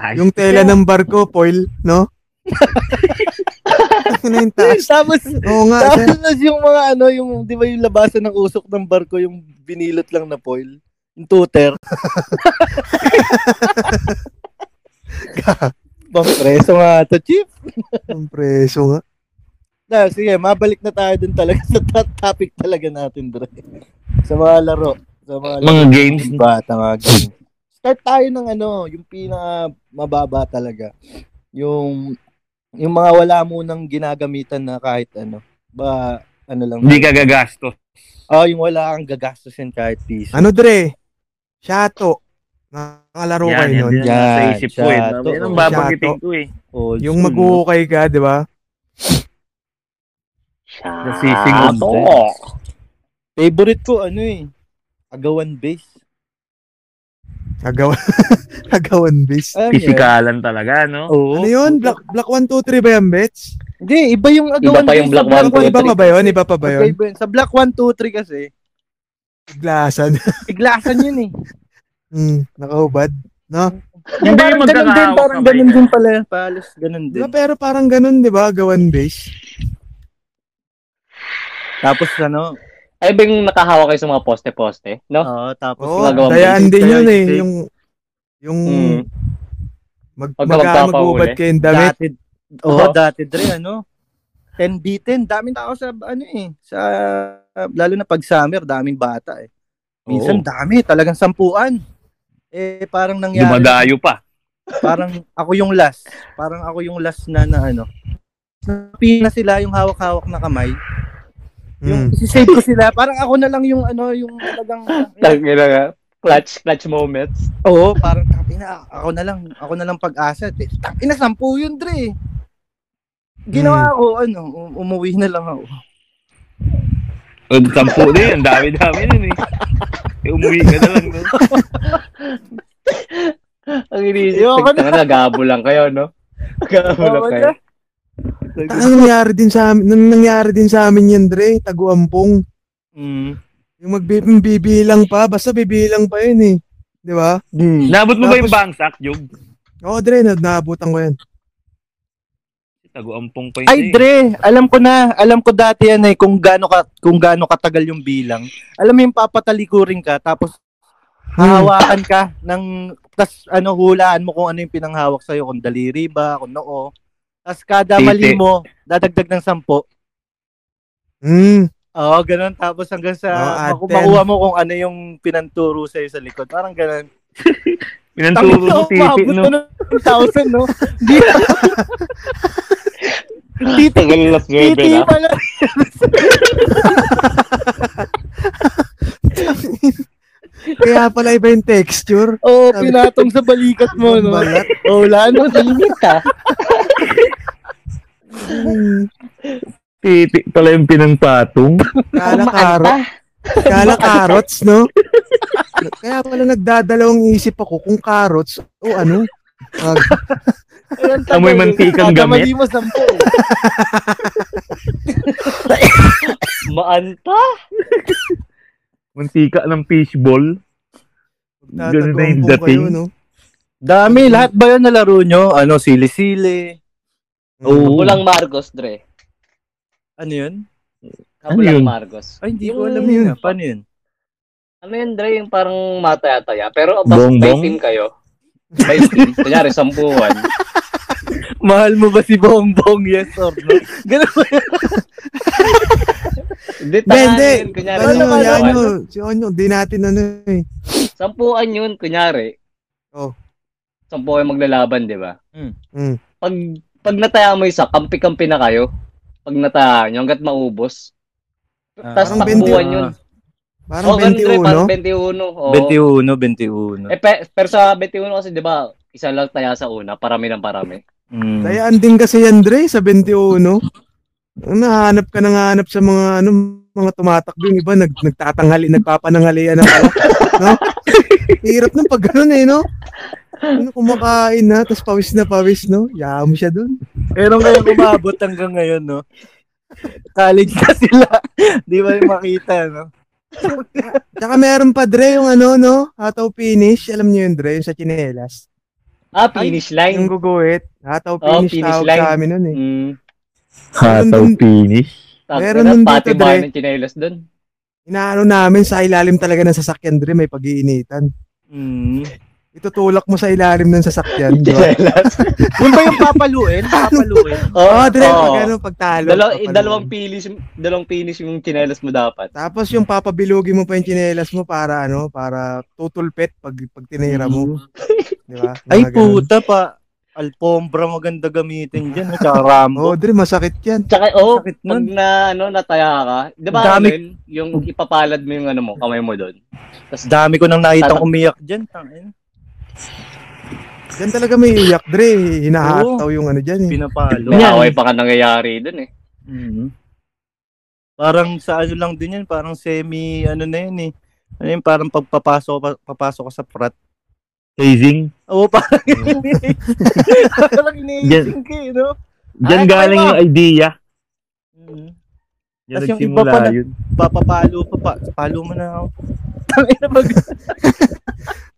S5: Ayos.
S1: Yung tela ng barko, foil, no? Ano yung taas?
S4: Tapos,
S1: Oo nga, sir.
S4: tapos yung mga ano, yung, di ba yung labasan ng usok ng barko, yung binilot lang na foil? Yung tuter. Bang preso nga to, Chief.
S1: Ang preso nga.
S4: Na, sige, mabalik na tayo dun talaga sa to- topic talaga natin, Dre. Sa mga laro. Sa mga,
S5: Mga games.
S4: laro. Bata, mga games. Start tayo ng ano, yung pinaka mababa talaga. Yung yung mga wala mo nang ginagamitan na kahit ano. Ba, ano lang.
S5: Hindi ka gagastos.
S4: Oh, yung wala kang gagastusin kahit piso.
S1: Ano, Dre? Shato. Nakalaro kayo
S5: yan,
S1: nun.
S5: yan, yan. Sa
S4: Yan,
S5: isip ko eh.
S4: siya, to.
S5: Yan ang babanggitin
S1: Siya,
S5: ko eh.
S4: Old
S1: Yung
S4: school, no?
S1: maghuhukay ka, di ba?
S5: Nasisingon
S4: Ah,
S5: din.
S4: Favorite ko, ano eh. Agawan base.
S1: Agawan. Agawan base.
S4: Alam niyo yun?
S5: Pisikalan talaga, no?
S4: Oo.
S1: Ano yun? Black, black 1, 2, 3 ba yan, Bets?
S4: Hindi, iba yung agawan
S7: Iba pa
S4: base
S7: yung
S4: sa
S7: Black One,
S1: Ano ba,
S7: two,
S1: iba
S7: three.
S1: pa ba yun? Iba pa ba
S4: Okay,
S1: yun?
S4: ba yun? Sa Black 1, 2, 3 kasi,
S1: Iglasan.
S4: iglasan yun eh.
S1: Hmm, nakahubad.
S5: Hindi yung
S4: parang ganun din,
S5: magkakahawak
S4: parang
S5: kamay
S4: ganun
S5: ka.
S4: din pala. Palos, ganun din.
S1: Diba, pero parang ganun, di ba? Agawan base.
S4: Tapos ano,
S7: Ay ba yung nakahawak kayo sa mga poste-poste? No?
S4: oo, tapos
S1: Oo,
S7: yung agawan
S1: dayaan
S4: base,
S1: din
S4: kaya
S1: yun eh.
S4: yung
S1: Yung, yung
S7: Mm.
S1: mag,
S7: Pagka
S1: magka-
S7: magpapahuli.
S1: maghubad kayo yung damit.
S4: dati, oh,
S7: Oo.
S4: dati dre, ano, 10 beaten, daming tao sa, ano eh, sa, lalo na pag summer, daming bata eh. Minsan dami, talagang sampuan. Eh, parang nangyari,
S5: Dumadayo pa.
S4: parang ako yung last. Parang ako yung last na, na ano, pina sila yung hawak-hawak na kamay.
S1: Mm.
S4: Yung sisave ko sila, parang ako na lang yung ano, yung talagang
S7: Tangina nga. Clutch, clutch moments.
S4: Oo, parang tangina, ako na lang, ako na lang pag-asa. Te- Tangina, sampu yun, Dre. Ginawa ko, ano, um- umuwi na lang ako.
S5: Ang Sampu din. Ang dami-dami nun eh. Eh, Umuwi ka na lang. No?
S7: Ang iniisip,
S4: Ayoko
S7: tanga na, gabo lang kayo, no? Gabo lang
S4: Ayoko
S7: kayo.
S1: Ang nangyari din sa amin, nang nangyari din sa amin yun, Dre, taguampong.
S4: Mm.
S1: Yung magbi- yung bibilang pa, basta bibilang pa yun eh. Di ba?
S4: Hmm.
S5: Nabot mo ba yung
S1: Tapos-
S5: bangsak, Jog?
S1: Oo, Dre, na- naabutan ko yan.
S5: Taguampong pa yun.
S4: Ay,
S5: eh.
S4: Dre, alam ko na, alam ko dati yan eh, kung gaano, ka, kung gaano katagal yung bilang. Alam mo yung papatalikurin ka, tapos hahawakan ka ng, tas ano, hulaan mo kung ano yung pinanghawak sa'yo, kung daliri ba, kung noo. Tapos kada
S5: Titi.
S4: mali mo, dadagdag ng sampo.
S1: Mm.
S4: Oo, ganun. Tapos hanggang sa
S1: Oo, add
S4: maku-
S1: 10.
S4: makuha mo kung ano yung pinanturo sa'yo sa likod. Parang ganun.
S5: Pinanturo mo titi,
S4: umabot
S5: no?
S4: na ng 1,000, no? Di-
S7: Tito, ganun last
S4: Titi
S7: na.
S4: pala.
S1: Kaya pala iba yung texture.
S4: Oo, pinatong sa balikat mo, no?
S1: Balat.
S4: Oo, wala no.
S7: Init ah.
S1: Mm.
S5: Titi pala yung pinangpatong.
S1: Kala carrot. Kala carrots, no? Kaya pala nagdadalawang isip ako kung carrots o ano. Mag-
S4: Ayan,
S5: Amoy mantikang
S4: Kada
S5: gamit.
S4: mali mo, sampo.
S7: Maanta.
S5: Mantika ng fishball. Ganun na
S1: Magtataguan
S5: yung
S1: po
S5: dating.
S1: kayo, no?
S4: Dami, lahat ba yun nalaro nyo? Ano, sili-sili?
S5: Oo.
S7: Kulang Marcos, Dre.
S4: Ano yun?
S5: Ano yun?
S7: Kulang Marcos.
S4: Ay, hindi ko
S7: Yung-
S4: alam yun. ah. Paano yun?
S7: Ano yun, Dre? Yung parang mataya-taya. Pero bas, by
S5: Bongbong?
S7: team kayo. By team. Kunyari, sampuan.
S4: Mahal mo ba si Bongbong? Yes or no? Ganun ba yun?
S7: Hindi,
S1: Hindi,
S7: tangan
S1: hindi.
S7: yun. Kunyari,
S1: Ano yun,
S4: Ano,
S1: yan
S7: sampuan.
S1: yun. Si Onyo, di natin ano eh.
S7: Sampuan yun, kunyari.
S1: Oh.
S7: Sampu kayo maglalaban, di ba?
S4: Mm.
S1: Mm.
S7: Pag, pag nataya mo isa, kampi-kampi na kayo. Pag nataya nyo, hanggat maubos. Tapos
S1: Parang
S7: takbuhan yun. Oh,
S1: Parang
S7: ganun, Dre,
S1: 21,
S7: parang
S1: no?
S7: 21. oo.
S4: 21, 21.
S7: Eh, pe- pero sa 21 kasi, di ba, isa lang taya sa una, parami ng parami.
S4: Mm.
S1: Kaya anding kasi yan, Dre, sa 21. Nahanap ka nang hanap sa mga ano mga tumatakbo yung iba nag nagtatanghali nagpapananghalian na pala no hirap ng pag ganun eh no Ano, kumakain na, tapos pawis na pawis, no? Yamo siya dun.
S4: Pero ngayon umabot hanggang ngayon, no? College na sila. Di ba yung makita, no?
S1: Tsaka meron pa, Dre, yung ano, no? Hataw finish. Alam niyo yun, Dre, yung sa chinelas.
S7: Ah, finish
S1: Yung
S7: line.
S1: guguhit. Hataw
S7: Oh,
S1: finish,
S7: finish
S1: tawag
S7: line.
S1: sa amin nun, eh.
S7: Mm.
S1: Hataw
S5: finish.
S1: Meron
S7: Meron
S1: nun
S7: nun
S1: dito,
S7: Pati
S1: Dre.
S7: ba ng chinelas doon?
S1: Inaano namin sa ilalim talaga ng sasakyan, Dre, may pag-iinitan.
S4: Mm.
S1: Itutulak mo sa ilalim ng sasakyan. di ba?
S7: Chinelas.
S4: Yun ba yung papaluin? Papaluin?
S1: Oo, Dre, pag
S7: Oo.
S1: ano, pag talo.
S7: Dalaw-
S1: papaluin.
S7: dalawang pinis, dalawang pinis yung chinelas mo dapat.
S1: Tapos yung papabilugin mo pa yung chinelas mo para ano, para tutulpet pag pag tinira mo, di ba? Yung
S4: Ay,
S1: mga ganun.
S4: puta pa. Alpombra maganda gamitin dyan. Tsaka Rambo.
S1: Oo, Dre, masakit 'yan.
S7: Tsaka, oh,
S4: Sakit
S7: pag
S4: nun.
S7: na, ano, nataya ka, di ba,
S4: Dami-
S7: ano yun, yung ipapalad mo yung, ano mo, kamay mo doon.
S4: Dami ko nang nakitang umiyak dyan. Tangin.
S1: Diyan talaga may iyak, Dre. Hinahataw yung ano diyan eh.
S4: Pinapalo.
S7: May away pa ka nangyayari doon eh.
S4: Mm. Parang sa ano lang din yan, parang semi ano na yun eh. Ano yun, parang pagpapasok pa- papasok ka sa frat.
S5: Hazing.
S4: Oo, parang yun eh. Parang iniising ka eh, no?
S5: Diyan
S4: Ay,
S5: galing
S4: iba.
S5: yung idea.
S4: Mm.
S5: Diyan
S4: Tas yung iba
S5: nagsimula
S4: pa na-
S5: yun.
S4: Papapalo pa pa. Palo mo na ako. Tangina mag...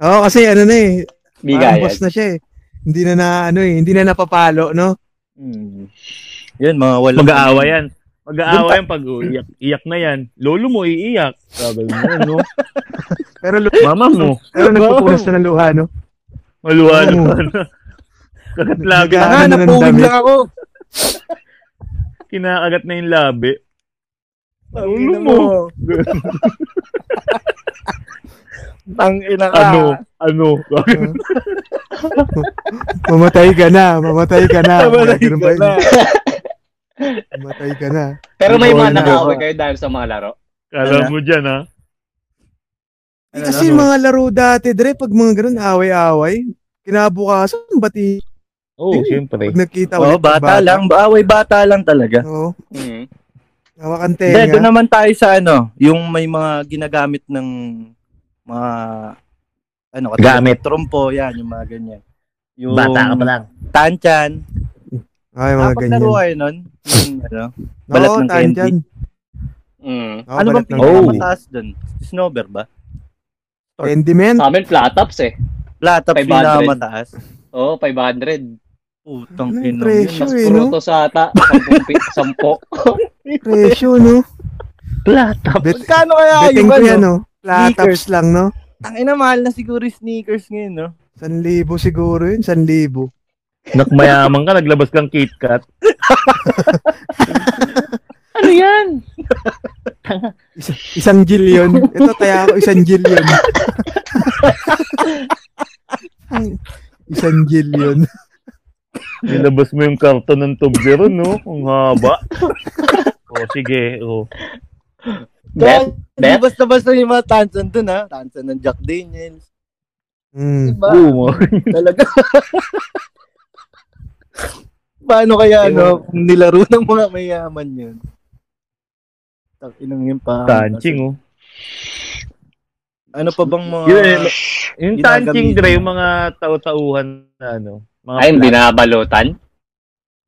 S1: Oo, kasi ano na eh. Parang
S7: Bigayan.
S1: boss na siya eh. Hindi na na ano eh, hindi na napapalo, no?
S4: Mm. Yan, mga walang...
S5: Mag-aawa yan. Mag-aawa
S4: Dun
S5: yan pag iyak, iyak na yan. Lolo mo iiyak. Sabi mo, ano?
S1: Pero lu-
S4: Eh,
S5: Mama mo.
S1: pero nagpupunas na ng luha, no?
S5: Maluwa naman. Kagat labi.
S1: Nag-
S4: Ah,
S1: Ano na ng
S4: napuwid
S1: damit?
S4: lang ako.
S5: Kinakagat na yung labi.
S4: Tangina
S5: mo.
S4: Tangina ka.
S5: Ano? Ano?
S1: Mamatay ka na, mamatay ka na.
S4: Nabalay
S1: Ganun
S4: ka
S1: ba yun?
S4: na.
S1: Mamatay ka na.
S7: Pero may
S1: Ano,
S7: mga
S1: ano,
S7: nakaway kayo dahil sa mga laro.
S5: Kala mo dyan, ha?
S1: Eh,
S4: Ano
S1: kasi mga laro dati, Dre, pag mga ganun, away-away, kinabukasan, bati,
S5: Oo, oh, siyempre.
S1: pag nakita
S4: Oo,
S1: ulit. ng
S4: bata lang. Away, bata lang talaga.
S1: Oo,
S7: Mm.
S1: hawakan
S4: Hindi, doon
S1: tenga.
S4: naman tayo sa ano, yung may mga ginagamit ng mga ano katulad
S5: Gamit.
S4: ng Trompo, yan, yung mga ganyan. Yung
S5: Bata ka pa lang.
S4: Tanchan.
S1: Ay, mga
S4: Kapag
S1: ganyan.
S4: laro kayo nun, yung, ano, balat
S1: Oo,
S4: ng
S1: tahan
S4: candy.
S1: dyan.
S7: Mm.
S1: Oo,
S4: ano
S1: balat
S4: bang
S1: ng
S5: Oh.
S1: candy.
S4: pinakamataas dun? Snowber ba?
S1: Rendiment.
S7: Sa amin, flat ups eh.
S4: Plata
S7: 500.
S4: pinakamataas.
S7: Oo, oh, 500.
S4: Putang
S1: Ano yung
S4: ina.
S1: presyo?
S7: Mas
S1: eh,
S7: puro to sa ata. 10 pi- 10.
S1: Presyo, no?
S5: Plata.
S1: Bet,
S4: Magkano kaya
S1: betting
S4: yung
S1: ko yan,
S4: ano?
S1: no? Platops lang, no?
S4: Ang ina, mahal na siguro yung sneakers ngayon, no?
S1: San libo siguro yun, san libo.
S5: Nakmayaman ka, naglabas kang KitKat.
S1: Isa, isang jill yun. Ito, taya ko, isang jill yun. isang jill yun.
S5: Nilabas mo yung karton ng Toblerone, no? Ang haba. O, sige. O.
S7: Bet?
S4: Hindi
S7: Bet?
S4: basta-basta yung mga Tanchan dun, ha? Tanchan ng Jack Daniels.
S1: Mm.
S4: Diba?
S5: Oo,
S4: Talaga. Paano kaya no, kung nilaro ng mga mayaman yun? Takinang yung pa.
S5: tanching, oh.
S4: Ano pa bang mga...
S5: Yun, eh, ma- yung
S4: Ginagamit.
S5: tanching, Dre, yung mga tau-tauhan na, ano, mga
S7: Ay, hindi
S5: plat.
S7: nabalutan.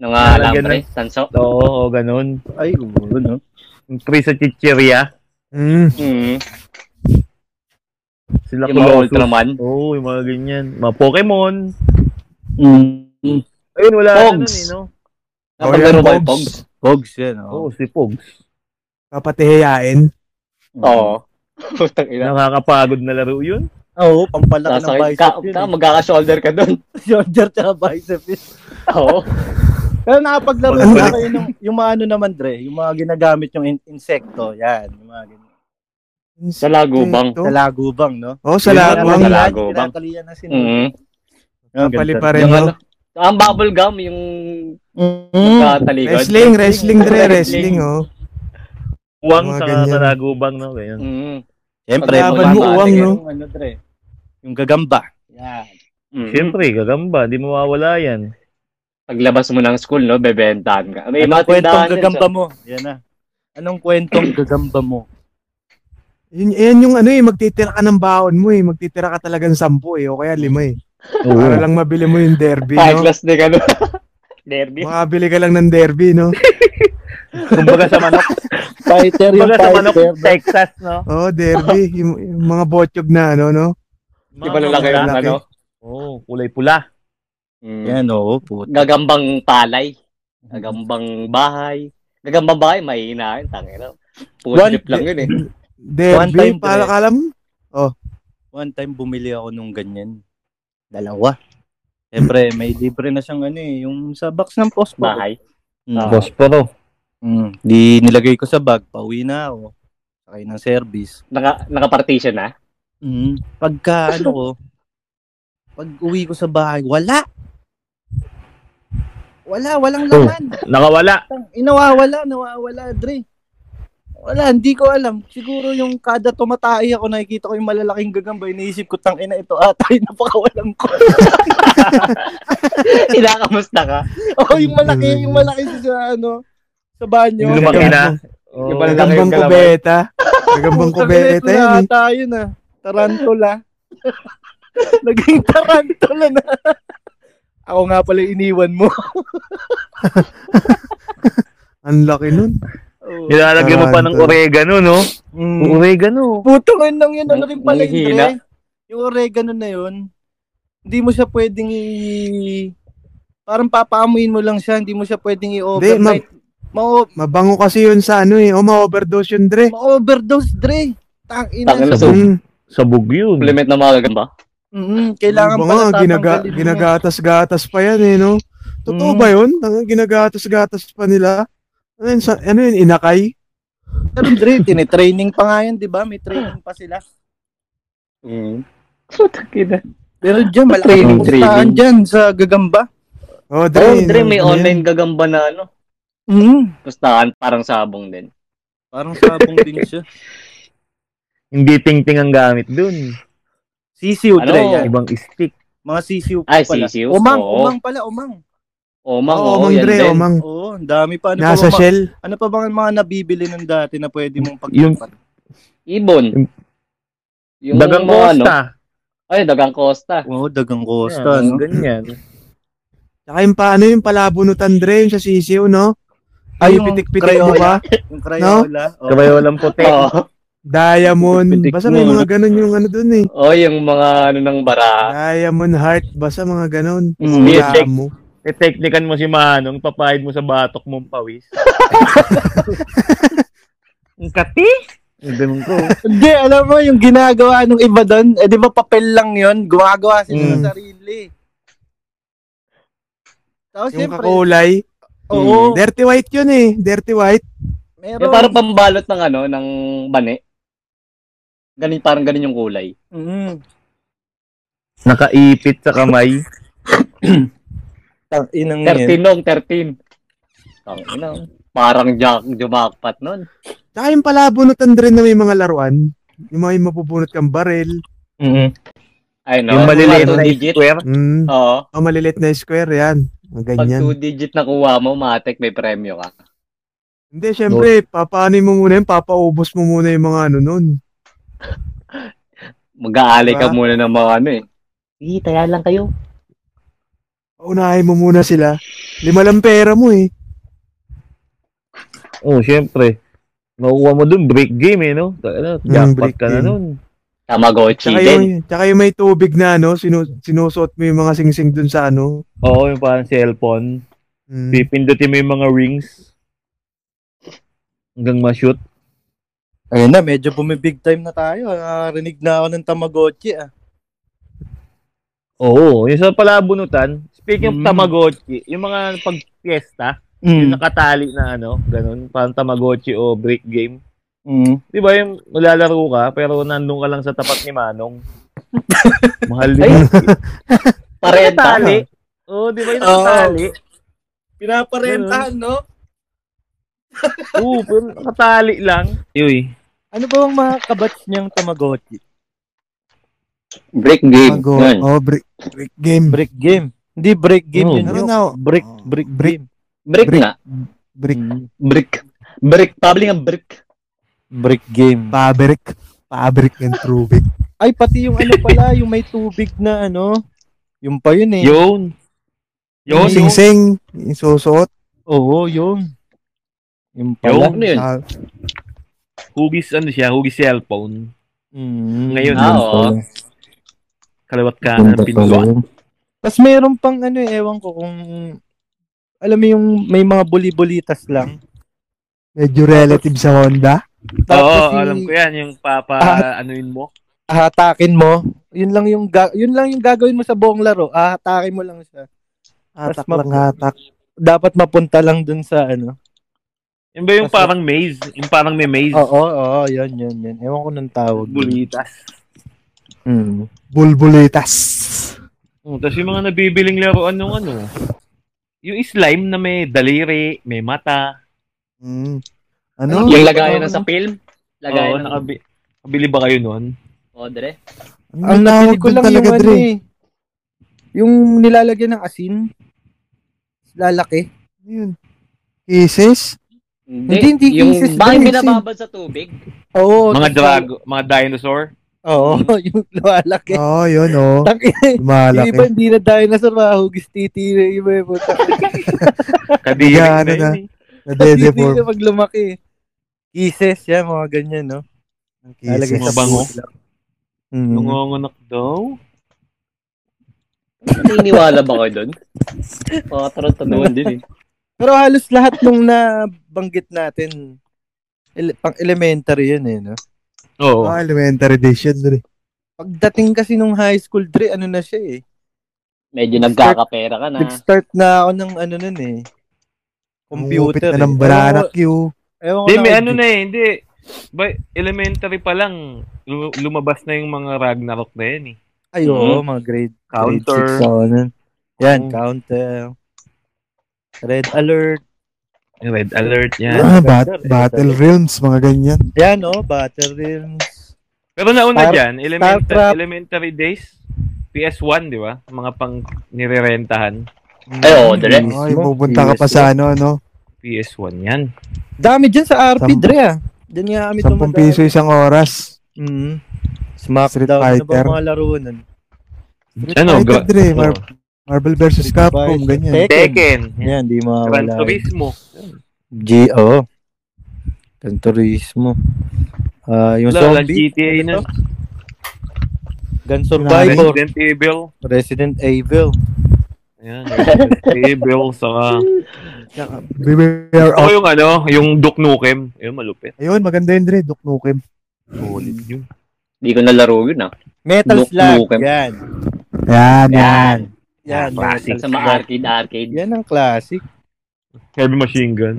S7: Nung uh,
S5: Nalagyan
S7: alambre, sanso.
S5: Oo, oo, ganun.
S4: Ay, gulo, no?
S5: Yung Chris sa Chicheria,
S1: Mm.
S7: Mm.
S5: sila
S7: Yung mga
S5: Colossus.
S7: Ultraman.
S5: Oo, yung mga ganyan. Mga Pokemon.
S7: Mm.
S5: Ayun, wala na nun,
S7: Pogs.
S5: eh, no?
S1: Oh,
S7: Napaglaro
S1: yan,
S7: ba yung
S1: Pogs.
S7: Pogs?
S4: Pogs yan,
S5: Oo,
S4: oh.
S5: si Pogs.
S1: Papatihiyain.
S7: Oo. Putang ina.
S5: Nakakapagod na laro yun.
S4: Oo, Ah, oh, pampalaki ng
S7: Sasakit
S4: bicep
S7: ka,
S4: yun.
S7: ka magkaka-shoulder ka doon.
S4: eh. Shoulder tsaka bicep yun.
S7: Oo.
S4: Pero nakapaglaro
S5: Pag-
S4: na kayo ng, yung mga ano naman, Dre, yung mga ginagamit yung in- insekto, yan, yung mga ganyan.
S7: Sa lagubang.
S1: Ito.
S4: Sa lagubang, no?
S1: Oh, sa
S7: Yun lang
S4: ano,
S1: lagubang.
S7: sa lagubang.
S4: Tinatalian na sila.
S7: Mm.
S4: Ang ganda.
S1: Kapali pa Ah, rin.
S7: Yung
S1: no?
S7: ano, ang bubble gum, yung
S4: Mm.
S7: magkatalikod.
S1: Wrestling, wrestling, Dre,
S7: Wrestling.
S1: wrestling, oh.
S5: Uwang
S1: Mga
S5: sa
S1: ganyan.
S5: karagubang na, ganyan.
S7: Mm.
S4: Siyempre,
S1: Paglaban
S4: mga
S1: mo,
S4: mga-
S1: uwang, no?
S4: yung Ano, Dre? Yung gagamba. Yan.
S7: Mm.
S5: Siyempre, gagamba. Di mawawala yan.
S7: Paglabas mo ng school, no, bebentahan ka. May
S4: Anong
S7: mga
S4: kwentong
S7: tindahan din
S4: gagamba
S7: sa-
S4: mo? Yan na. Anong kwentong gagamba mo?
S1: Yun, yan yung ano eh, magtitira ka ng baon mo eh. Magtitira ka talagang sampu eh, o kaya lima eh. Para lang mabili mo yung derby,
S7: High
S1: no?
S7: class din ka, no? Derby.
S1: Makabili ka lang ng derby, no?
S4: Kumbaga sa manok. Fighter yung
S5: Kumbaga sa manok,
S4: fighter.
S5: Texas, no?
S1: Oh, derby. Yung, yung mga botyob na, ano, no?
S7: Di ba lalaki
S1: Mga
S7: lang,
S1: lalaki.
S7: ano?
S5: Oo, oh, kulay pula.
S7: Mm.
S4: Yan, oo, puta.
S7: Gagambang palay. Gagambang bahay. Gagambang bahay, mahihinahin. Tangin na. Puro
S4: One-
S7: trip lang yun eh.
S4: One time,
S1: Derby, para
S4: pre.
S1: ka alam.
S4: One time bumili ako nung ganyan. Dalawa. Siyempre, may libre na siyang ano eh, yung sa box ng post
S7: Bahay.
S4: Mm.
S7: Boss
S4: Posporo. Mm. Di nilagay ko sa bag, pauwi na ako. Sakay ng service.
S7: Naka, naka-partition na.
S4: Mm. Pagka ano ko, pag uwi ko sa bahay, wala. Wala, walang laman.
S5: Nakawala.
S4: Inawawala, nawawala, Dre. Wala, hindi ko alam. Siguro yung kada tumatay ako, nakikita ko yung malalaking gagambay, naisip ko, tang ina ito atay, napakawalan ko.
S7: Kinakamusta ka.
S4: oh, yung malaki, yung malaki sa- sa ano, sa banyo.
S5: Yung lumaki na.
S7: Yung pala laki
S1: Nagambang
S7: yung kalaman.
S1: kubeta. Nagambang
S4: Putang ina,
S1: kubeta
S4: ito na
S1: yan, eh.
S4: ata yun ah. Tarantula. Naging tarantula na. Ako nga pala yung iniwan mo.
S1: eh. Ang laki nun.
S4: Oh.
S5: Nilalagyan mo pa ng
S1: Tarantula.
S5: oregano, no?
S4: Mm.
S5: Oregano.
S4: Puto ko lang yun. Ano rin pala yun,
S7: Nanghihina.
S4: Dre? Yung oregano na yun, hindi mo siya pwedeng i... Parang papaamuin mo lang siya. Hindi mo siya pwedeng i-overnight. Ma-
S1: Mabango kasi yun sa ano eh. O, ma-overdose yun, Dre.
S4: ma-overdose, Dre. Tang ina.
S7: Tangin na
S4: Sa-
S7: so,
S1: Mm.
S5: Sabog yun.
S7: Implement ng mga gagamba.
S4: Mm, kailangan
S1: Yung
S4: pala
S1: mga ginaga,
S4: tatanggalin mo.
S1: ginagatas-gatas pa yan eh, no? Totoo
S4: Mm.
S1: ba yun? Ang ginagatas-gatas pa nila? Ano yun, sa- ano yun inakay?
S4: Pero Dre, tinitraining pa nga yan, di ba? May training pa sila.
S7: Mm. Putang ina.
S4: Pero dyan, malaking
S7: Training,
S4: pustahan
S7: training.
S4: dyan sa gagamba.
S1: Oh,
S7: Oh,
S1: Dre,
S7: Dre, may
S1: ano
S7: online gagamba na ano.
S4: Mm.
S7: Pustahan, parang sabong din.
S4: Parang sabong din siya.
S5: Hindi tingting ang gamit dun.
S4: Sisiw,
S7: Ano?
S4: Dre. Yan.
S5: Ibang stick.
S4: Mga sisiw
S7: Ay,
S4: pala.
S7: Ah, sisiw,
S4: Umang,
S7: oo.
S4: umang pala, umang.
S7: Omang,
S1: Yan?
S7: oh,
S1: Oo, mang
S7: yan
S1: Dre,
S7: din.
S1: o mang.
S4: Oo, ang dami pa. Ano
S1: Nasa
S4: pa, ba,
S1: shell.
S4: ano pa bang mga nabibili ng dati na pwede mong pag
S5: Yung-
S7: Ibon. Yung
S5: Dagang
S7: mga ano-
S5: costa.
S7: Ay, dagang costa.
S4: Oo, dagang costa.
S5: Yan,
S4: no?
S5: Ganyan.
S1: Tsaka yung paano yung palabunutan, Dre, yung sa sisiw, no? Ay,
S4: Ay, yung
S1: pitik-pitik mo
S4: Crayola.
S1: ba?
S4: Yung Crayola. oo.
S5: Kabayolang puti.
S7: Oo.
S1: Diamond.
S4: Pitik-pitik
S1: Basta may
S4: mo,
S1: mga ganun yung ano dun eh.
S7: Oh, yung mga ano ng bara.
S1: Diamond heart. Basta mga ganun.
S4: Mm.
S7: Yes,
S1: Wala mo.
S5: Teteknikan Eh, mo si Manong, papahid mo sa batok mong pawis. Ang kati? Ganun ko.
S4: Hindi, alam mo, yung ginagawa nung iba doon, eh di ba papel lang yon Gumagawa sila ng
S1: Mm.
S4: sarili. Tapos
S1: Yung
S4: siyempre,
S1: kakulay.
S4: oo,
S1: Dirty white yun eh. Dirty white.
S4: meron.
S7: Yung Eh, parang pambalot ng ano, ng bani. Ganin, parang ganin yung kulay.
S4: Mm.
S5: Nakaipit sa kamay.
S4: Tang inang
S7: 13 nung, 13. Tang ina. Parang jack, jumakpat nun.
S1: Tsaka yung palabunutan, Dre, na may mga laruan. Yung mga yung mapupunot kang baril.
S7: Ay, no.
S5: Yung maliliit
S7: Pag
S5: na
S7: two digit.
S5: square.
S1: Mm.
S7: Oo.
S1: Oh, maliliit na square yan. Mga
S7: Pag
S1: ganyan.
S7: 2 digit na kuha mo, matik may premyo ka.
S1: Hindi, syempre, papaano mo muna yun, papaubos mo muna yung mga ano nun.
S7: Mag-aalay ka
S1: Diba?
S7: muna ng mga ano eh. Sige, taya lang kayo.
S1: Unahin mo muna sila. Lima lang pera mo eh.
S5: Oo, oh, syempre. Makukuha mo dun, break game eh, no? Ano,
S1: break
S5: jackpot ka na
S1: game.
S5: nun.
S7: Tamagotchi
S1: Tsaka
S7: din.
S1: yung, tsaka yung may tubig na ano, sinu, sinusuot mo yung mga singsing dun sa ano.
S5: Oo, yung parang cellphone.
S1: Mm.
S5: Pipindutin mo yung mga rings. Hanggang ma-shoot.
S4: Ayun na, medyo bumibig time na tayo. Nakarinig na ako ng Tamagotchi ah.
S5: Oo, yung sa palabunutan, speaking
S4: Mm.
S5: of Tamagotchi, yung mga pag-fiesta,
S7: Mm.
S8: Mm.
S5: yung nakatali na ano, ganun, parang Tamagotchi o break game.
S4: Mm.
S5: Di ba yung lalaro ka, pero nandun ka lang sa tapat ni Manong? Mahal
S7: Ay,
S5: din.
S7: Parenta.
S5: Nakatali. Oo, di ba yung
S4: Oo.
S5: nakatali?
S4: Pinaparentahan, no?
S5: Oo, pero nakatali lang. Yui.
S4: Ano ba ang mga kabats niyang Tamagotchi?
S7: Break game.
S1: Bago,
S7: Yun.
S1: oh, break, break game.
S4: Break game. Hindi, break game
S5: Oh.
S4: yun.
S1: Ano
S4: yung
S1: na?
S4: Break,
S1: Oh,
S4: break,
S1: break.
S4: game.
S7: Brick,
S1: Brick.
S7: na.
S1: Break.
S7: Brick. Brick. Probably nga brick.
S4: Break game.
S1: Pabrik. Pabrik and Trubik.
S4: Ay, pati yung ano pala, yung may tubig na ano, Yung pa yun eh.
S8: Yun.
S1: Yung
S8: Yun.
S1: sing-sing, yung susuot.
S4: Oo, yun. Yung
S8: Yung
S4: pala.
S8: ano yun?
S1: Ah,
S8: Hugis, ano siya? Hugis cellphone.
S4: Mm,
S8: Ngayon,
S4: yun
S7: ah, oo.
S4: pala.
S8: Kalawat ka
S4: Yun
S8: ng
S4: pa pala
S8: pinduan.
S4: yun. Tapos meron pang ano eh, ewan ko kung alam mo yung may mga buli-bulitas lang.
S1: medyo relative sa Honda.
S8: Oo,
S4: yung
S8: alam ko yan. Yung papa,
S4: Ah.
S8: anuin mo.
S4: ahatakin mo. Yun lang yung ga- yun lang yung gagawin mo sa buong laro. Ahatakin mo lang siya.
S1: Hatak
S4: Mas mab-
S1: lang hatak.
S4: Dapat mapunta lang dun sa ano.
S8: Yun ba yung
S4: Kasi-
S8: parang maze? Yung parang may maze?
S4: Oo, oo, yun, yun, yun. Ewan ko ng tawag.
S8: Bulitas.
S4: Mm.
S1: Bulbulitas.
S8: Oh, Tapos yung mga nabibiling laruan nung ano, yung slime na may daliri, may mata.
S1: Mm. Ano?
S7: Yung lagayan na sa film?
S8: Oo,
S7: Lagayan ng
S8: nakabi- nakabili ba kayo nun?
S7: odre?
S1: Ano
S4: Ang
S1: tawag
S4: napili ko
S1: dun
S4: lang yung
S1: talaga,
S4: ano
S1: Dre?
S4: eh. Yung nilalagyan ng asin. Lalaki.
S1: Ano yun? Kisses?
S4: Hindi, hindi
S7: Yung
S4: kisses
S7: bakit
S4: din,
S7: binababad sa tubig?
S4: Oo.
S8: Mga
S4: tas-
S8: drago, mga dinosaur?
S4: Oo, yung lumalaki.
S1: Oo, oh, yun oh.
S4: Tang- yung iba
S1: Lumalaki.
S4: hindi na dinosaur, mahugis titi na yung iba yung puta.
S8: Kadiri
S1: Nag-
S8: na
S1: ano
S8: yun. eh.
S4: Titi
S1: Nade-deform.
S4: na pag lumaki. Kisses yan, mga ganyan, no? Lalagay
S1: Kisses.
S4: sa
S8: Mabango.
S4: buhok lang. Mm.
S8: Nangungunak daw.
S7: Naniniwala ba kayo doon? Pakatarot na naman din eh.
S4: Pero halos lahat nung nabanggit natin, ele- pang elementary yun eh, no?
S8: Oo.
S1: Oh, elementary edition, Dre.
S4: Pagdating kasi nung high school, Dre, ano na siya eh.
S7: Medyo nagkakapera
S8: Ah.
S7: ka na.
S4: Nag-start na ako ng ano nun eh.
S1: Computer.
S4: Computer.
S1: na ng
S4: eh.
S1: banana
S4: Ewan ko-
S1: queue.
S4: Ewan ko
S8: Hindi, may
S4: na-
S8: ano na eh, hindi. Ba, elementary pa lang, lu- lumabas na yung mga Ragnarok na yun eh.
S4: Ay, oo, mga grade, grade
S8: Counter. Mm.
S4: 6 ako nun. Yan,
S8: Oo.
S4: counter. Red alert.
S8: Yung Red Alert yan.
S1: Ah, bat- battle realms, mga ganyan.
S4: Yan, oh, battle realms.
S8: Pero nauna
S4: Star-
S8: dyan, elementary,
S4: Starcraft.
S8: elementary days, PS1, di ba? Mga pang nirerentahan.
S7: Ay, oo, Dre.
S1: Ay, mm. pupunta ka pa sa ano, ano?
S8: PS1 yan.
S4: Dami dyan sa RP,
S1: Sam-
S4: Dre, ah. Dyan nga kami
S1: 10
S4: tumadaan.
S1: piso isang oras.
S4: Mm.
S1: Street
S4: Smackdown. Ano ba
S1: Fighter.
S4: mga laro nun?
S8: Ano,
S1: Ay,
S8: gra-
S1: Dre, Mar- Marvel vs. Capcom,
S4: Fighter.
S1: ganyan.
S8: Tekken.
S4: Yan, di
S8: Gran
S4: mawala. eh.
S8: Turismo.
S4: G, oo. Gran Turismo. Ah, yung
S8: Wala, walang
S4: zombie.
S8: GTA na.
S4: Gun Survivor.
S8: Resident Evil.
S4: Resident Evil.
S8: Ayan, Resident Evil. Saka,
S1: Beware
S4: Oh.
S8: Saka
S1: of.
S8: yung ano, yung Duke Nukem. Ayun, malupit.
S1: Ayun, maganda yun, Dre. Duknukim.
S8: Solid yun.
S7: Hindi ko nalaro yun ah.
S4: Metal
S7: Nuk-
S4: Slug.
S7: Nukem.
S4: Yan.
S1: Yan, yan.
S7: Yan.
S4: Yan,
S7: Classic
S4: Metal
S7: sa mga
S4: Slug.
S7: arcade-arcade.
S4: Yan ang classic.
S8: Heavy Machine Gun.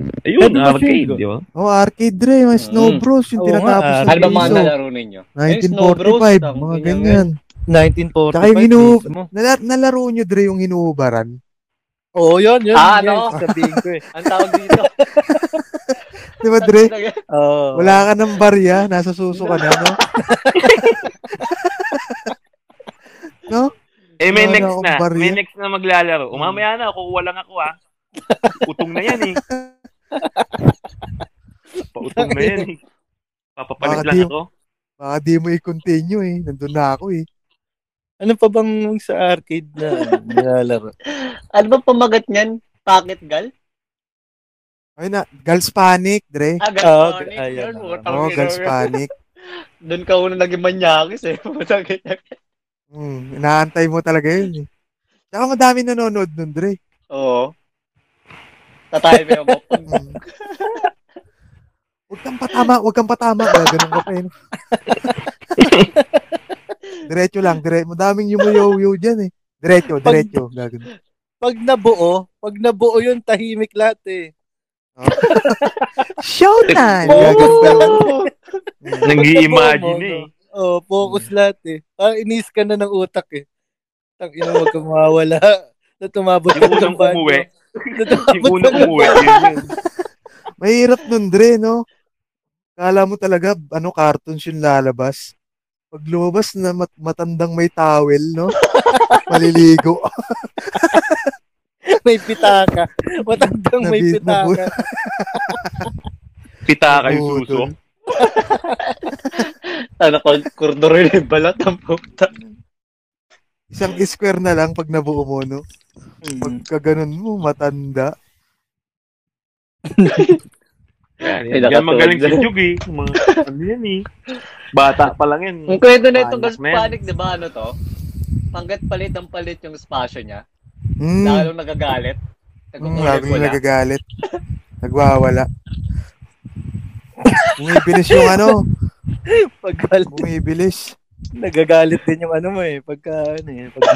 S4: Heavy
S8: Ayun,
S4: machine
S8: arcade,
S4: gun.
S8: di ba?
S1: Oh, arcade, Dre. May
S7: Mm.
S1: Snow Bros. Yung
S4: Oo nga,
S1: tinatapos
S4: ah.
S1: ng
S7: Ano ba mga
S1: piso.
S7: nalaro ninyo? Ayun, Snow Bros,
S1: 1945,
S7: tang-
S1: mga
S7: ganyan,
S1: ganyan.
S4: 1945
S1: Tsaka yung hinu-
S4: mismo.
S1: Nala- nalaro nyo, Dre, yung hinuhubaran.
S4: Oo, yun, yun.
S7: Ah,
S4: yun,
S7: ano?
S4: Sabihin ko eh.
S7: Ang tawag dito.
S1: Di ba, Dre?
S4: Oo.
S1: Wala ka ng barya, nasa suso ka na, no?
S8: Eh, may
S1: Wala
S8: next
S1: akong
S8: na.
S1: barya.
S8: May next na maglalaro. Umamaya na, kukuha lang ako ah. Utong na yan eh. Pautong na yan eh. Papapalit
S1: Bakit
S8: lang
S1: yun?
S8: ako.
S1: Baka di mo i-continue, eh. Nandun na ako, eh.
S4: Ano pa bang sa arcade na nilalaro?
S7: Ano ba pamagat niyan? Pocket gal?
S1: Ayun na, Girls Panic, Dre.
S7: Ah, gal
S4: Ah,
S7: panic.
S4: ayan.
S7: Yun, putang
S1: Oo, oh,
S7: ina
S1: Girls
S7: mo.
S1: Panic.
S7: Doon ka una naging manyakis eh. Putang ina.
S1: Hmm, inaantay mo talaga yun, eh. Tsaka madami nanonood nun, Dre.
S7: Oo. Tatay mo yung bok.
S1: Hmm. Huwag kang patama, huwag kang patama. Gaganon ka pa, eh. no? diretso lang, diretso. Madaming yumuyoyo dyan, eh. Diretso,
S4: Pag-
S1: diretso. Gaganon.
S4: Pag nabuo, pag nabuo yun, tahimik lahat eh.
S1: Oh. Showtime!
S4: Oo.
S1: Gaganon pa lang.
S8: Nag-i-imagine eh.
S4: Oh, focus lahat eh. Parang inis ka na ng utak eh. Tang ina, huwag kang mawawala. Na tumabot ka
S8: Yung unang
S4: banyo.
S8: umuwi.
S4: Na tumabot
S8: Yung unang
S4: ka ng
S8: umuwi. yun yun.
S1: Mahirap nun, Dre, no? Kala mo talaga, ano, cartoons yung lalabas. Pag lumabas na mat- matandang may towel, no? Maliligo.
S4: may pitaka. Matandang may
S1: Nabi-
S4: pitaka.
S8: Pita kayo suso.
S1: Putol.
S7: Ano, kordoro yung balat ang puta.
S1: Isang square na lang pag nabuo mo, no? Pagka ganun mo, matanda.
S8: Yan,
S7: Ay,
S8: yan. Yan, magaling si
S7: nakatulog.
S8: Jugi. Mga, ano yan eh. Bata pa lang yan.
S7: Ang kwento na itong
S8: Panak, man.
S7: Gaspanic, di ba ano to? Hanggat palit ang palit yung spasyo niya,
S1: Mm,
S7: lalong nagagalit.
S1: mm,
S7: Nagkukulit
S1: laging
S7: ko na.
S1: nagagalit. Nagwawala. Bumibilis yung ano,
S4: Pagkal,
S1: bumibilis.
S4: nagagalit din yung ano mo eh. Pagka, ano eh. Pagka,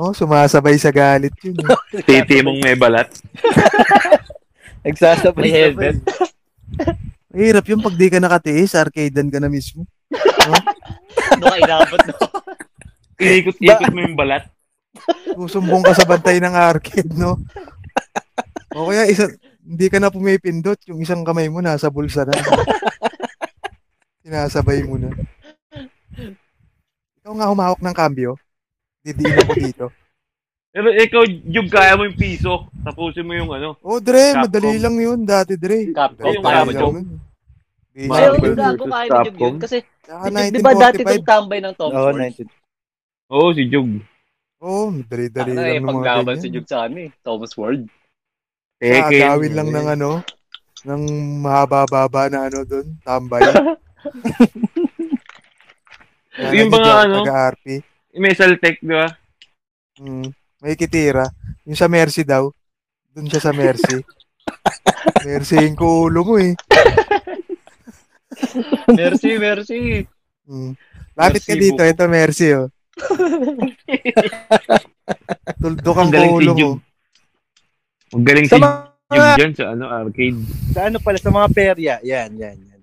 S1: Oh, sumasabay sa galit yun. eh.
S8: Titi mong may balat.
S4: nagsasabay
S8: May helmet.
S1: Mahirap yun pag di ka nakatiis, arcadean ka na mismo.
S7: Doon ka inabot na.
S8: Iikot-ikot mo yung balat.
S1: Susumbong ka sa bantay ng arcade, no? O kaya isa, hindi ka na pumipindot, yung isang kamay mo nasa bulsa na. Sinasabay mo na. Ikaw nga humawak ng kambyo. Didiin ako dito.
S8: Pero ikaw, Jug, kaya mo yung piso. Tapusin mo yung ano.
S1: Oh, Dre,
S8: Capcom.
S1: madali lang yun dati, Dre.
S7: Capcom,
S8: Yung
S7: Capcom.
S8: Capcom.
S7: Ay,
S8: Marvel
S7: oh, gago
S2: versus
S7: kaya ni Jug yun.
S2: Capcom.
S7: Kasi,
S1: Ah,
S7: di di ba dati
S1: 1945.
S7: itong tambay ng Tom
S4: Oo,
S7: Ford?
S4: 19.
S8: Oo, si Jug.
S1: Oh, dali-dali
S7: Ano eh,
S1: lang ng mga
S7: paglaban si
S1: ganyan.
S7: Jug sa ano eh, Thomas Ward.
S8: Tekken.
S1: Kakagawin lang ng ano, ng mahaba-baba na ano doon, tambay. Kaya
S8: Yung
S1: nandito
S8: mga
S1: ako,
S8: ano?
S1: Taga-RP.
S8: May Saltec, di ba?
S1: Mm, may kitira. Yung sa Mercy daw, doon siya sa Mercy. Mercy yung kulo mo eh.
S7: Mercy, mercy.
S1: Mm. Lapit ka
S8: Mercy,
S1: dito, ito Mercy oh. Tuldok ang
S8: Ang galing
S1: kulo
S8: si
S1: mo.
S8: Jug. Ang galing si
S4: Sa
S8: Jug
S4: mga,
S8: dyan sa ano, arcade.
S4: sa ano pala, sa mga perya. Yan, yan, yan.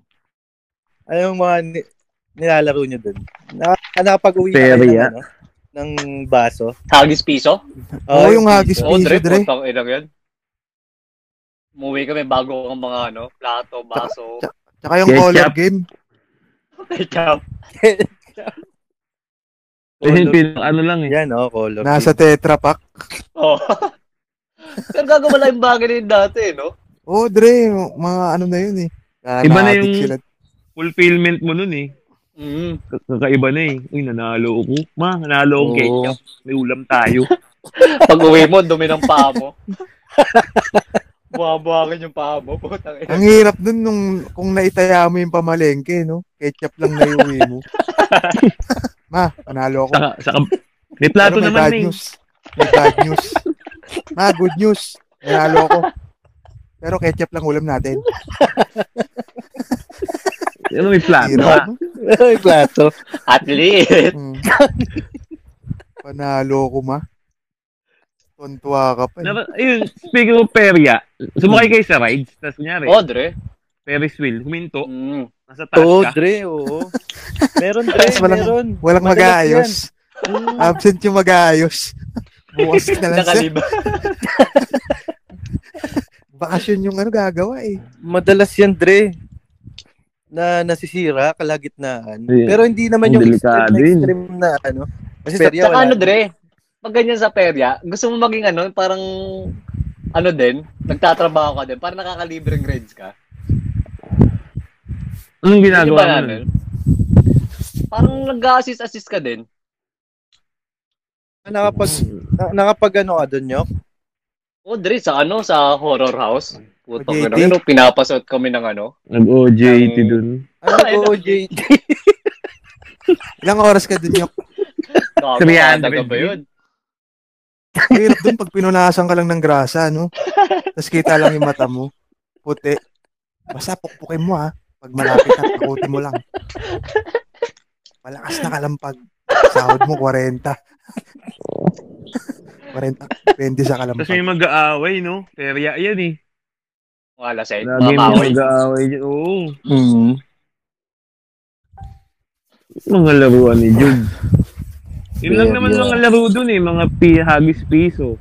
S4: Ano yung mga ni- nilalaro nyo dun? Na, ah, nakapag-uwi na kayo ng,
S5: Perya.
S4: ano, ng baso.
S7: Hagis piso?
S1: Oo, yung hagis
S8: Oh,
S7: Oo,
S1: piso,
S7: Dre,
S1: Dre.
S7: putang ina ko yun. Umuwi kami bago ang mga ano, plato, baso,
S1: Tsaka yung
S5: Yes,
S1: color
S5: Cap.
S1: game.
S7: ketchup.
S8: Ayun, pin- ano lang eh.
S4: Yan, oh, color.
S1: Nasa Tetra Pak.
S7: Oh. Pero gago wala yung bagay na yun dati, no?
S1: Oh, Dre, mga ano na yun eh.
S8: Iba na
S1: Nanatik
S8: yung-
S1: sila.
S8: Fulfillment mo nun eh.
S7: Mm.
S8: Kakaiba na eh. Uy, nanalo ako. Ma, nanalo ako cake. May ulam tayo.
S7: Pag uwi mo, dumi ng paa mo. Buhabuhakin yung paa mo, putang ina.
S1: Ang hirap dun nung kung naitaya mo yung pamalengke, no? Ketchup lang na yung uwi mo. Ma, panalo ako.
S8: Saka, saka, may plato
S1: Pero may
S8: naman
S1: bad
S8: eh.
S1: news. May bad news. Ma, good news. Nanalo ako. Pero ketchup lang ulam natin.
S8: Ano may plato?
S1: Hirap.
S8: Ah,
S1: no?
S4: Ay, plato.
S7: At least.
S1: Mm. Panalo ko, ma. Tuntua ka pa. eh.
S8: nara- Ayun, speaking of perya, sumakay kayo sa rides, tapos kunyari,
S7: Oh, Dre.
S8: Ferris wheel, huminto,
S7: Mm.
S8: nasa taas
S4: Oo,
S8: ka.
S4: Dre, oo. Meron, Dre,
S1: Tapos walang-
S4: meron.
S1: Walang
S4: Madalas
S1: mag-aayos. Absent yung mag-aayos. Bukas na lang siya.
S7: Nakaliba.
S1: Bakasyon yung ano gagawa eh.
S4: Madalas yan, Dre, na nasisira, kalagitnaan.
S8: Yeah.
S4: Pero hindi naman yung extreme,
S8: Delikado
S4: na
S8: yun.
S4: extreme na ano. Kasi
S7: Sa,
S4: perya,
S7: tsaka
S4: wala.
S7: ano, Dre, pag ganyan sa perya, gusto mo maging ano, parang, ano din, nagtatrabaho ka din, parang nakakalibreng grades ka.
S8: Anong
S7: Hindi
S8: ginagawa
S7: ba
S8: mo?
S7: namin? Parang nag-assist-assist ka din.
S4: Nakapag, na, nakapag ano ka doon, Nyok?
S7: O, Dre, sa ano, sa horror house. Puto ko
S1: JT.
S7: na, ano, pinapasot kami ng ano.
S8: Nag-OJT
S7: Ang-
S8: dun.
S4: Ano ko, OJ?
S1: Ilang oras ka dun yung
S7: Gago,
S8: 300
S7: kataga ba yun?
S1: hirap dun pag pinunasan ka lang ng grasa, no? Tapos kita lang yung mata mo. Puti. Basta pukpukin mo, ha? Pag malapit at takutin mo lang. Malakas na kalampag. Sahod mo, 40. 40. 20 sa
S8: Tapos may
S1: kalampag.
S8: mag-aaway, no? Perya yan eh.
S7: Wala sa
S8: Lagi may
S7: mamakoy.
S8: mag-aaway dyan. Oo.
S4: Mm.
S8: Mga laruan ni Jude. Yun lang
S4: Yeah,
S8: naman
S4: yeah.
S8: mga laro dun eh. Mga pi- hagis piso.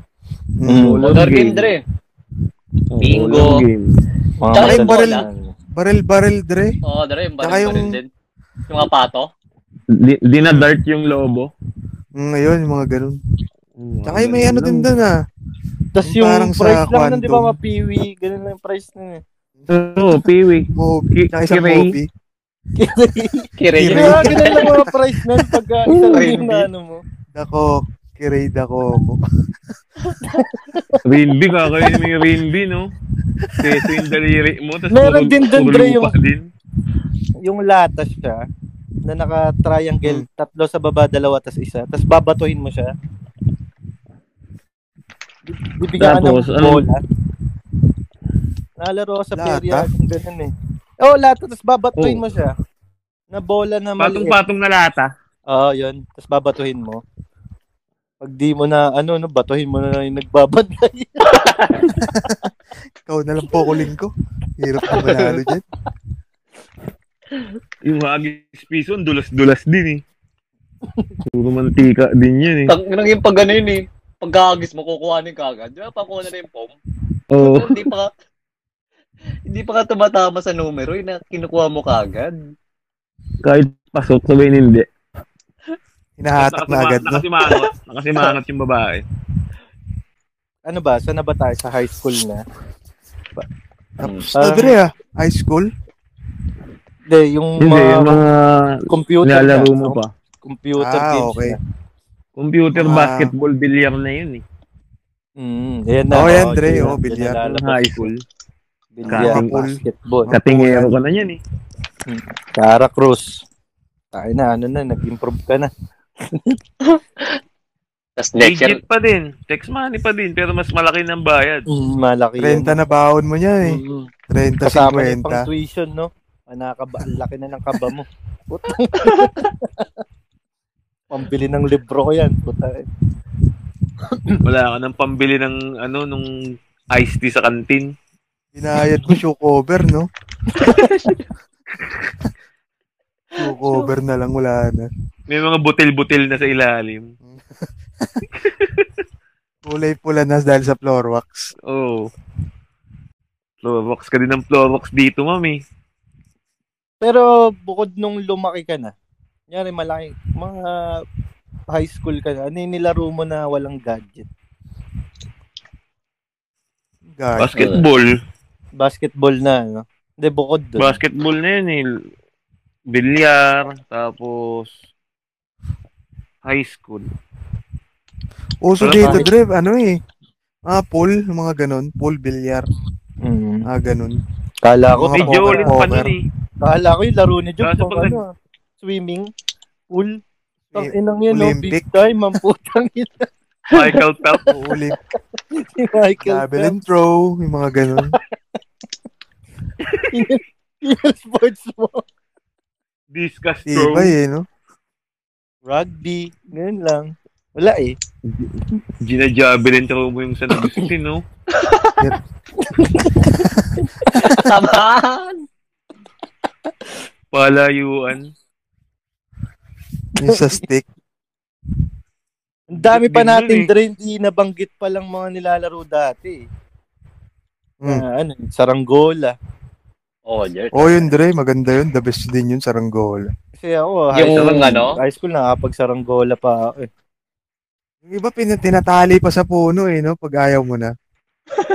S1: Mm.
S8: Ulam
S7: Horror game, Dre.
S8: Ulam
S7: Bingo.
S8: game.
S7: Tsaka
S1: Ay,
S7: yung
S1: baril.
S7: bola.
S1: Baril-baril, Dre.
S7: Oo, Dre, yung
S1: Tsaka
S7: baril
S1: yung-
S7: baril din. Yung mga pato.
S8: Di- Dinadart yung lobo.
S1: Mm, ayun, yung mga ganun. Tsaka yung may ano din dun, ha?
S4: Tapos
S1: Yung
S4: yung
S1: parang sa
S4: price lang nun, di ba,
S1: Quantum.
S4: mapiwi? Ganun lang yung price nun eh.
S8: Oo, piwi.
S1: Mobi. Tsaka isang
S8: Kiray.
S1: mobi.
S7: Kiray.
S1: Kiray.
S4: Kaya ganun lang mga price nun pag uh, isang ring na ano mo.
S1: Dako, kiray dako.
S5: Rinby, kakainin mo yung rinby, no? Teso yung daliri mo, tapos
S4: Meron din dun, Dre, yung-
S5: din.
S4: Yung lata siya, na
S1: Hmm.
S4: naka-triangle, tatlo sa baba, dalawa, tas isa. Tas babatuhin mo siya. Bi- Bibigyan ka ng
S5: Tapos, ano?
S4: bola. Nalaro ako sa
S1: Lata?
S4: perya, yung ganun eh. Oo, oh, lata, tas babatuhin
S5: Oh.
S4: mo siya. Na bola na maliit.
S5: Patong-patong na lata.
S4: Oo, yun. Tapos babatuhin mo. Pag di mo na, ano, no, batuhin mo na lang yung nagbabantay.
S1: Ikaw na lang pokuling ko. Hirap na manalo dyan.
S5: Yung hagis piso, ang dulas-dulas din, eh. Puro mantika din yun, eh.
S7: Tang inang yung pag ano yun eh. Pagkagis mo, kukuha na yung kagad. Di ba, pakuha na na yung pom?
S5: Oo.
S7: Pero Hindi pa ka, hindi pa ka tumatama sa numero, yun na kinukuha mo kagad.
S5: Kahit pasok, sabihin hindi.
S1: Hinahatak na
S5: Nakasima-
S1: agad, no?
S5: Nakasimangot. Nakasimangot yung babae.
S4: ano ba, saan na ba tayo sa high school na?
S1: Tapos na, Dre, ah. High school?
S4: Hindi, yung
S5: Hindi,
S4: mga
S5: yung mga
S4: computer
S5: nilalaro
S4: na,
S5: mo
S4: no?
S5: pa.
S4: Computer
S1: Ah,
S4: games
S1: okay.
S4: na.
S5: Computer,
S1: Mga-
S5: basketball, bilyar na yun, eh.
S4: Mm, ayan na.
S1: Oh, yan, Dre,
S4: yun,
S1: oh,
S4: yun,
S1: bilyar.
S4: nalala
S5: Yung
S4: ko.
S5: high school.
S4: Bilyar,
S5: Kating-
S4: basketball.
S5: Katingero ka na yan, eh.
S4: Tara Cruz. Tayo na, ano na, nag-improve ka na.
S7: Tapos next year,
S8: Legit pa din. Text money pa din, pero mas malaki ng bayad.
S4: Mm, malaki yun.
S1: 30 na baon mo niyan eh.
S4: Mm,
S1: 30,
S4: Kasama na
S1: 50.
S4: yung pang tuition, no? Manakaba, ang laki na ng kaba mo. Puta. Pambili ng libro ko yan. Puta. eh.
S8: Wala ka ng pambili ng ano, nung iced tea sa kantin.
S1: Binayad mo shoe cover, no? shoe cover na lang, wala na.
S8: May mga butil-butil na sa ilalim.
S1: Kulay pula na dahil sa floor wax.
S8: Oo. Oh. Florox ka din ng Florox dito, mami.
S4: Pero bukod nung lumaki ka na, nyari malaki, mga high school ka na, ano yung nilaro mo na walang gadget?
S1: Guys,
S8: Basketball.
S4: Basketball na, no? Hindi, bukod doon.
S8: Basketball na yun, eh. Bilyar, tapos high school.
S1: uso
S8: Wala
S1: dito,
S4: pa.
S1: Dre, ano eh. Mga pool, mga ganun. Pool, bilyar,
S4: mm.
S1: mga ganun.
S4: Kala ko,
S1: Mga
S8: May
S1: poker,
S8: Jolin pa
S1: poker.
S8: nun eh.
S4: kala ko yung laro ni Job,
S8: Kaso
S4: pang
S8: pag-
S4: ano, ah, swimming, pool, Tang inang yun, no?
S1: Eh, Olympic.
S4: big time, ang putang ina
S8: Michael Phelps.
S1: Uli,
S4: ni Michael
S1: Gravel and throw, yung mga ganun.
S4: Phelps. sports mo.
S8: Discuss throw.
S1: Tibay eh, no?
S4: Rugby, ganyan lang. Wala eh.
S8: Ginajavelin throw mo yung sa nagustuhin, no?
S7: tamaan!
S8: Palayuan.
S1: Yung sa stick.
S4: Ang dami pa
S8: Big
S4: natin,
S8: yun eh.
S4: Dre, hindi nabanggit pa lang mga nilalaro dati. eh.
S1: Mm.
S4: Na, ano, saranggola.
S7: Oh, Jer.
S1: Oh, yun, Dre, maganda yun. The best din yun sa Ranggola.
S4: Kasi ako, high
S7: Yung
S4: school,
S7: ano?
S4: high school nakapag-saranggola pa ako. eh.
S1: Yung iba, pin- tinatali pa sa puno eh, no? Pag ayaw mo na.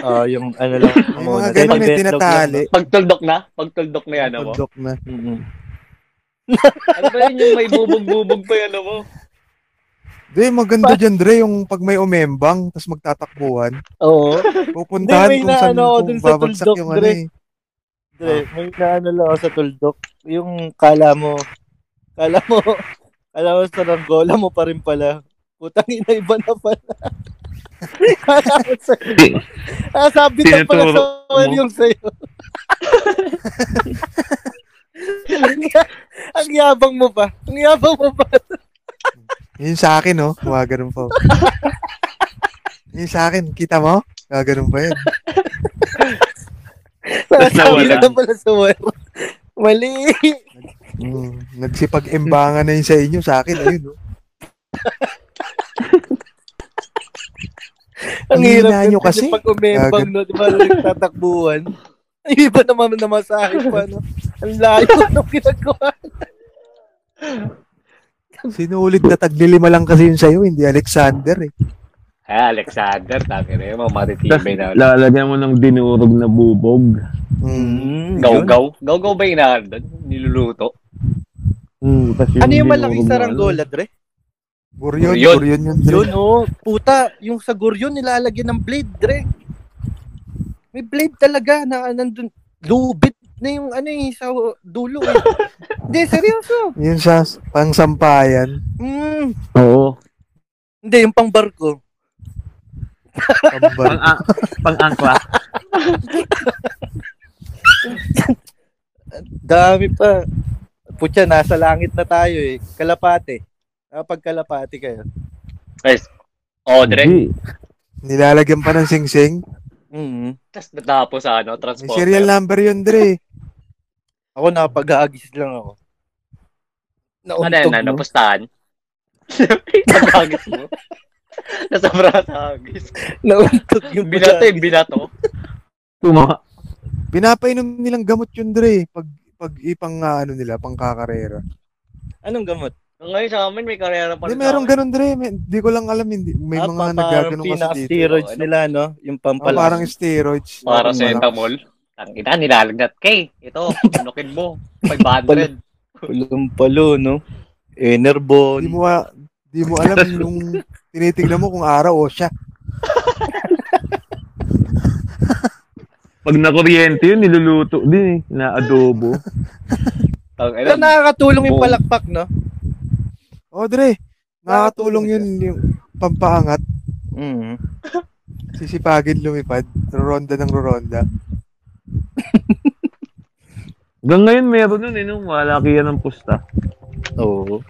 S4: Ah, yung ano lang.
S1: Yung mga ganun eh, tinatali.
S7: Pagtuldok na? Pagtuldok na yan,
S4: Ano
S7: mo?
S1: Pagdok na.
S7: Ano ba yun yung may bubog-bubog pa ano? yan, mo?
S1: Dre, maganda dyan, Dre, yung pag may umembang, tapos magtatakbuhan.
S4: Oo.
S1: Pupuntahan
S4: Hindi, may
S1: kung saan
S4: naano ako
S1: kung
S4: dun sa
S1: babagsak
S4: tuldok,
S1: yung
S4: Dre.
S1: ano eh.
S4: Dre,
S8: Ah.
S4: may naano lang ako sa tuldok. Yung kala mo, kala mo, kala mo saranggola mo pa rin pala. Putang ina, iba na pala. kala mo sa... Ah, sabi na pala sa
S8: Tinuturo mo.
S4: wall yung sa'yo. ang, ya- ang yabang mo pa. Ang yabang mo pa.
S1: Yun sa akin, no? Gumagano'n po. yun sa akin, kita mo? Gagano'n pa yun.
S4: Sabi
S8: nawala.
S4: na pala sa wall. Mali.
S1: Mm. Nagsipag-embangan na yun sa inyo, sa akin, ayun, no?
S4: Ang hirap
S1: Hina
S4: yun
S1: nyo kasi.
S4: Pag umembang, no, di ba, nagtatakbuhan. Ay, iba naman na masahe pa, no? Ang layo nung ginagawa. Ano
S1: Sinulit na taglilima lang kasi yun sa'yo, hindi Alexander, eh.
S7: Ah, Alexander, tangin na yun, mga matitibay na.
S5: Lalagyan mo ng dinurog na bubog.
S1: Mm.
S4: Hmm.
S7: Gaw-gaw. Gaw-gaw ba yung inaano doon? Niluluto?
S8: Hmm,
S5: Mm, tas
S4: Ano yung
S5: hindi
S4: malaking
S5: mo-
S8: ano?
S4: saranggola, Dre?
S5: Guryon,
S7: Guryon.
S5: guryon yun. Dre.
S4: Yun, oh. Puta, yung sa Guryon nilalagyan ng blade, Dre. May blade talaga na nandun. Lubit na yung ano eh, sa dulo eh. Hindi, seryoso.
S1: Yun sa pangsampayan.
S4: Mm.
S5: Oo.
S4: Hindi, yung pang barko.
S1: Pambar.
S8: Pang-ang- Pang-angkla.
S4: Dami pa. Putya, nasa langit na tayo eh. Kalapate. Kapag kalapate kayo.
S7: Guys, oh, direct.
S5: Hindi.
S1: Nilalagyan pa ng sing-sing.
S4: Mm.
S7: Tapos natapos sa ano,
S1: May
S7: transport.
S1: serial number yun, Dre.
S4: Ako napag-aagis lang ako.
S7: Ano yan,
S4: Nauntog
S7: ano,
S4: mo.
S7: pustahan? Nasagis mo? Nasabra sa agis.
S4: Nauntog yung
S7: Binato yung binato.
S5: Tuma.
S1: Pinapainom nilang gamot yun, Dre. Pag pag ipang ah, ano nila, pang kakarera.
S4: Anong gamot?
S7: Ngayon sa amin, may karera pa
S1: Hindi,
S7: rin.
S1: merong
S7: sa amin.
S1: ganun, Dre. May- Hindi ko lang alam. Hindi, may
S4: Ah,
S1: mga
S4: pa-
S1: nagagano kasi
S4: parang
S1: dito.
S4: steroids
S7: Ano?
S4: nila, no? Yung
S1: Ah,
S4: pampalakas.
S1: parang steroids.
S7: Para sa
S1: Parang malakas.
S7: etamol. Ang ina, nilalagnat kay. Ito, punukin mo. 500.
S4: Pulumpalo, no? Eh, Enerbon.
S1: Di mo, ah, di mo alam yung tinitignan mo kung araw o siya.
S8: Pag nakuryente yun, niluluto din eh. Na adobo.
S7: Ang
S4: Pero
S7: ina,
S4: nakakatulong yung
S7: Boom.
S4: palakpak, no?
S1: O, Oh, Dre. Nakatulong yun yung pampaangat.
S4: Mm.
S1: Sisipagin lumipad. Ronda ng ronda.
S8: Hanggang ngayon, meron nun eh. No? Malakihan ng pusta.
S4: Oo.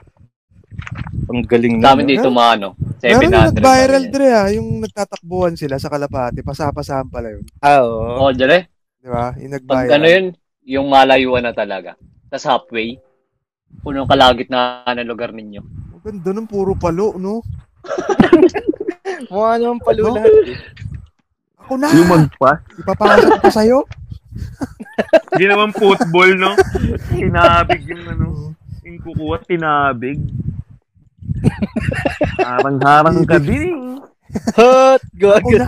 S4: Ang galing
S7: ang
S4: na.
S7: dami
S4: no?
S7: dito mga ano.
S1: Meron yung
S7: 700.
S1: nag-viral,
S7: pa rin.
S1: Dre, ha? Yung nagtatakbuhan sila sa Kalapati. Pasapasahan pala yun.
S4: Ah, oo.
S7: Oh, dyan eh.
S1: Di ba? Yung
S7: Pag
S1: nag-viral.
S7: ano yun, yung malayuan na talaga. Tapos halfway, punong kalagit na ng lugar ninyo.
S1: Ang Ganda nung puro palo, no?
S4: Mukha naman
S1: No?
S4: palo lahat. eh.
S1: Ako na!
S8: Yung magpa.
S1: Ipapasok ko sa'yo.
S9: Hindi naman football, no?
S8: Tinabig yung ano. Yung kukuha, tinabig. Harang-harang ka din eh.
S4: Hot!
S1: Ako na.
S4: Gago.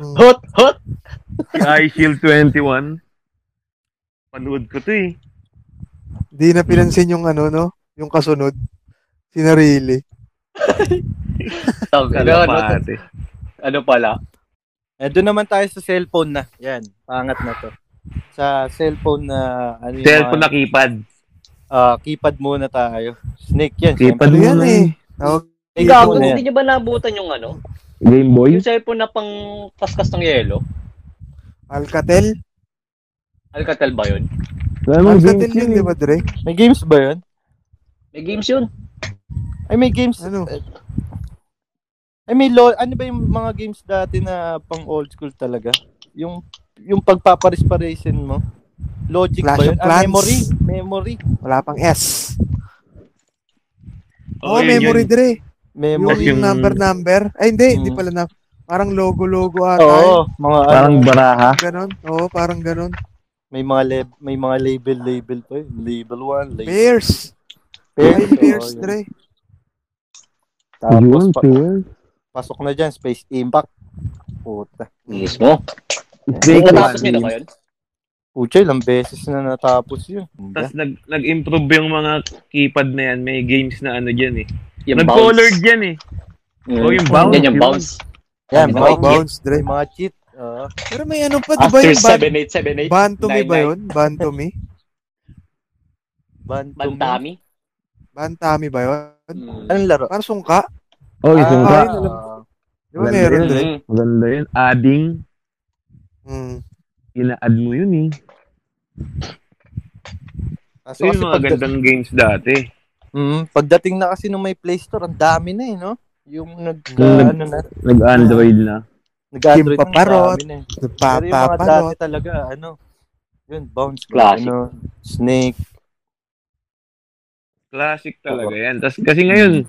S1: Mm.
S7: Hot, hot!
S8: Si iShield 21. Panood ko to eh.
S1: Di na pinansin yung ano, no? Yung kasunod. Sinarili.
S7: Tawag, ano, ano,
S8: Kalapate.
S7: ano pala?
S4: Eh, doon naman tayo sa cellphone na. Yan. Pangat na to. Sa cellphone na... Ano yung
S8: Cellphone
S4: mga-
S8: na keypad.
S4: Ah, keypad muna tayo. Snake yan.
S8: Keypad
S1: Ano
S4: syempre.
S1: yan
S8: muna
S1: eh?
S8: eh.
S1: Tawag
S4: Snake
S7: Gago,
S1: Ano
S4: muna yan.
S7: hindi nyo ba nabutan yung ano?
S5: Game Boy.
S7: Yung cellphone na pang kaskas ng yelo?
S1: Alcatel?
S7: Alcatel ba yun?
S5: Ano yung
S1: Alcatel
S5: game
S1: yun, di ba, Dre?
S4: May games ba yun?
S7: May games yun.
S4: Ay, may games.
S1: Ano?
S4: Ay, may lo- ano ba yung mga games dati na pang old school talaga? Yung yung pagpaparis-parisin mo? Logic
S1: Clash
S4: ba yun? Ah,
S1: of Clans.
S4: memory. Memory.
S1: Wala pang S.
S9: Oo,
S5: eh.
S1: Oh,
S9: yun,
S1: memory, Dre. Yung,
S4: Memory.
S1: yung
S8: yung-
S1: number-number. Ay, hindi. Hindi
S4: Mm.
S1: pala na. Parang logo-logo ata.
S4: Oo, mga
S5: Parang
S4: ano,
S5: baraha.
S1: Ganon. Oo, parang ganon.
S4: may mga lab- may mga label label pa yun. Label 1, label
S1: Pairs.
S4: Pairs,
S1: Ay, pairs,
S4: oo, yun.
S1: Dre.
S4: Tapos
S5: Yun,
S4: pa-
S5: sure.
S4: pasok na diyan Space Impact. Puta.
S7: Mismo.
S5: Snake
S7: Natapos nyo na ba yun?
S4: Pucha, ilang beses na natapos yun.
S8: Tapos nag, nag-improve yung mga keypad na yan. May games na ano dyan eh.
S7: Yung
S8: Nag-colored yan eh.
S7: Mm.
S8: Oh, yung bounce.
S7: Yan yung
S8: Yun.
S7: bounce.
S4: Yan, mga
S7: May
S1: Mga
S7: Ano?
S4: cheat.
S1: bounce,
S4: May
S1: Dre.
S4: mga cheat. Ah, Oo.
S1: Pero may ano pa, di ba
S7: After
S1: yung ban
S7: 7878,
S1: Bantomi ba
S7: 99.
S1: yun? Bantomi?
S4: Bantum.
S7: Bantami.
S1: Bantami ba yun?
S7: Mm.
S4: Anong laro?
S1: Parang sungka?
S5: Oh, isang ka.
S1: Ah, yun, alam ko. Di ba meron, Dre?
S7: Mm.
S5: Maganda yun. Adding.
S1: Mm.
S8: Ina-add mo yun eh.
S4: Kaso
S8: So,
S4: kasi
S8: yung mga
S4: pagda-
S8: gandang games dati.
S4: Mm, pagdating na kasi nung may Play Store, ang dami na eh, no? Yung nag
S5: Mm.
S4: ano na,
S5: Nag-Android na.
S1: Kim
S4: nag-Android na, ang dami na eh. Pero yung mga
S1: Papapano.
S4: dati talaga, ano, yun, bounce
S7: Classic.
S4: ano, snake.
S8: Classic talaga yan. Tas, kasi ngayon,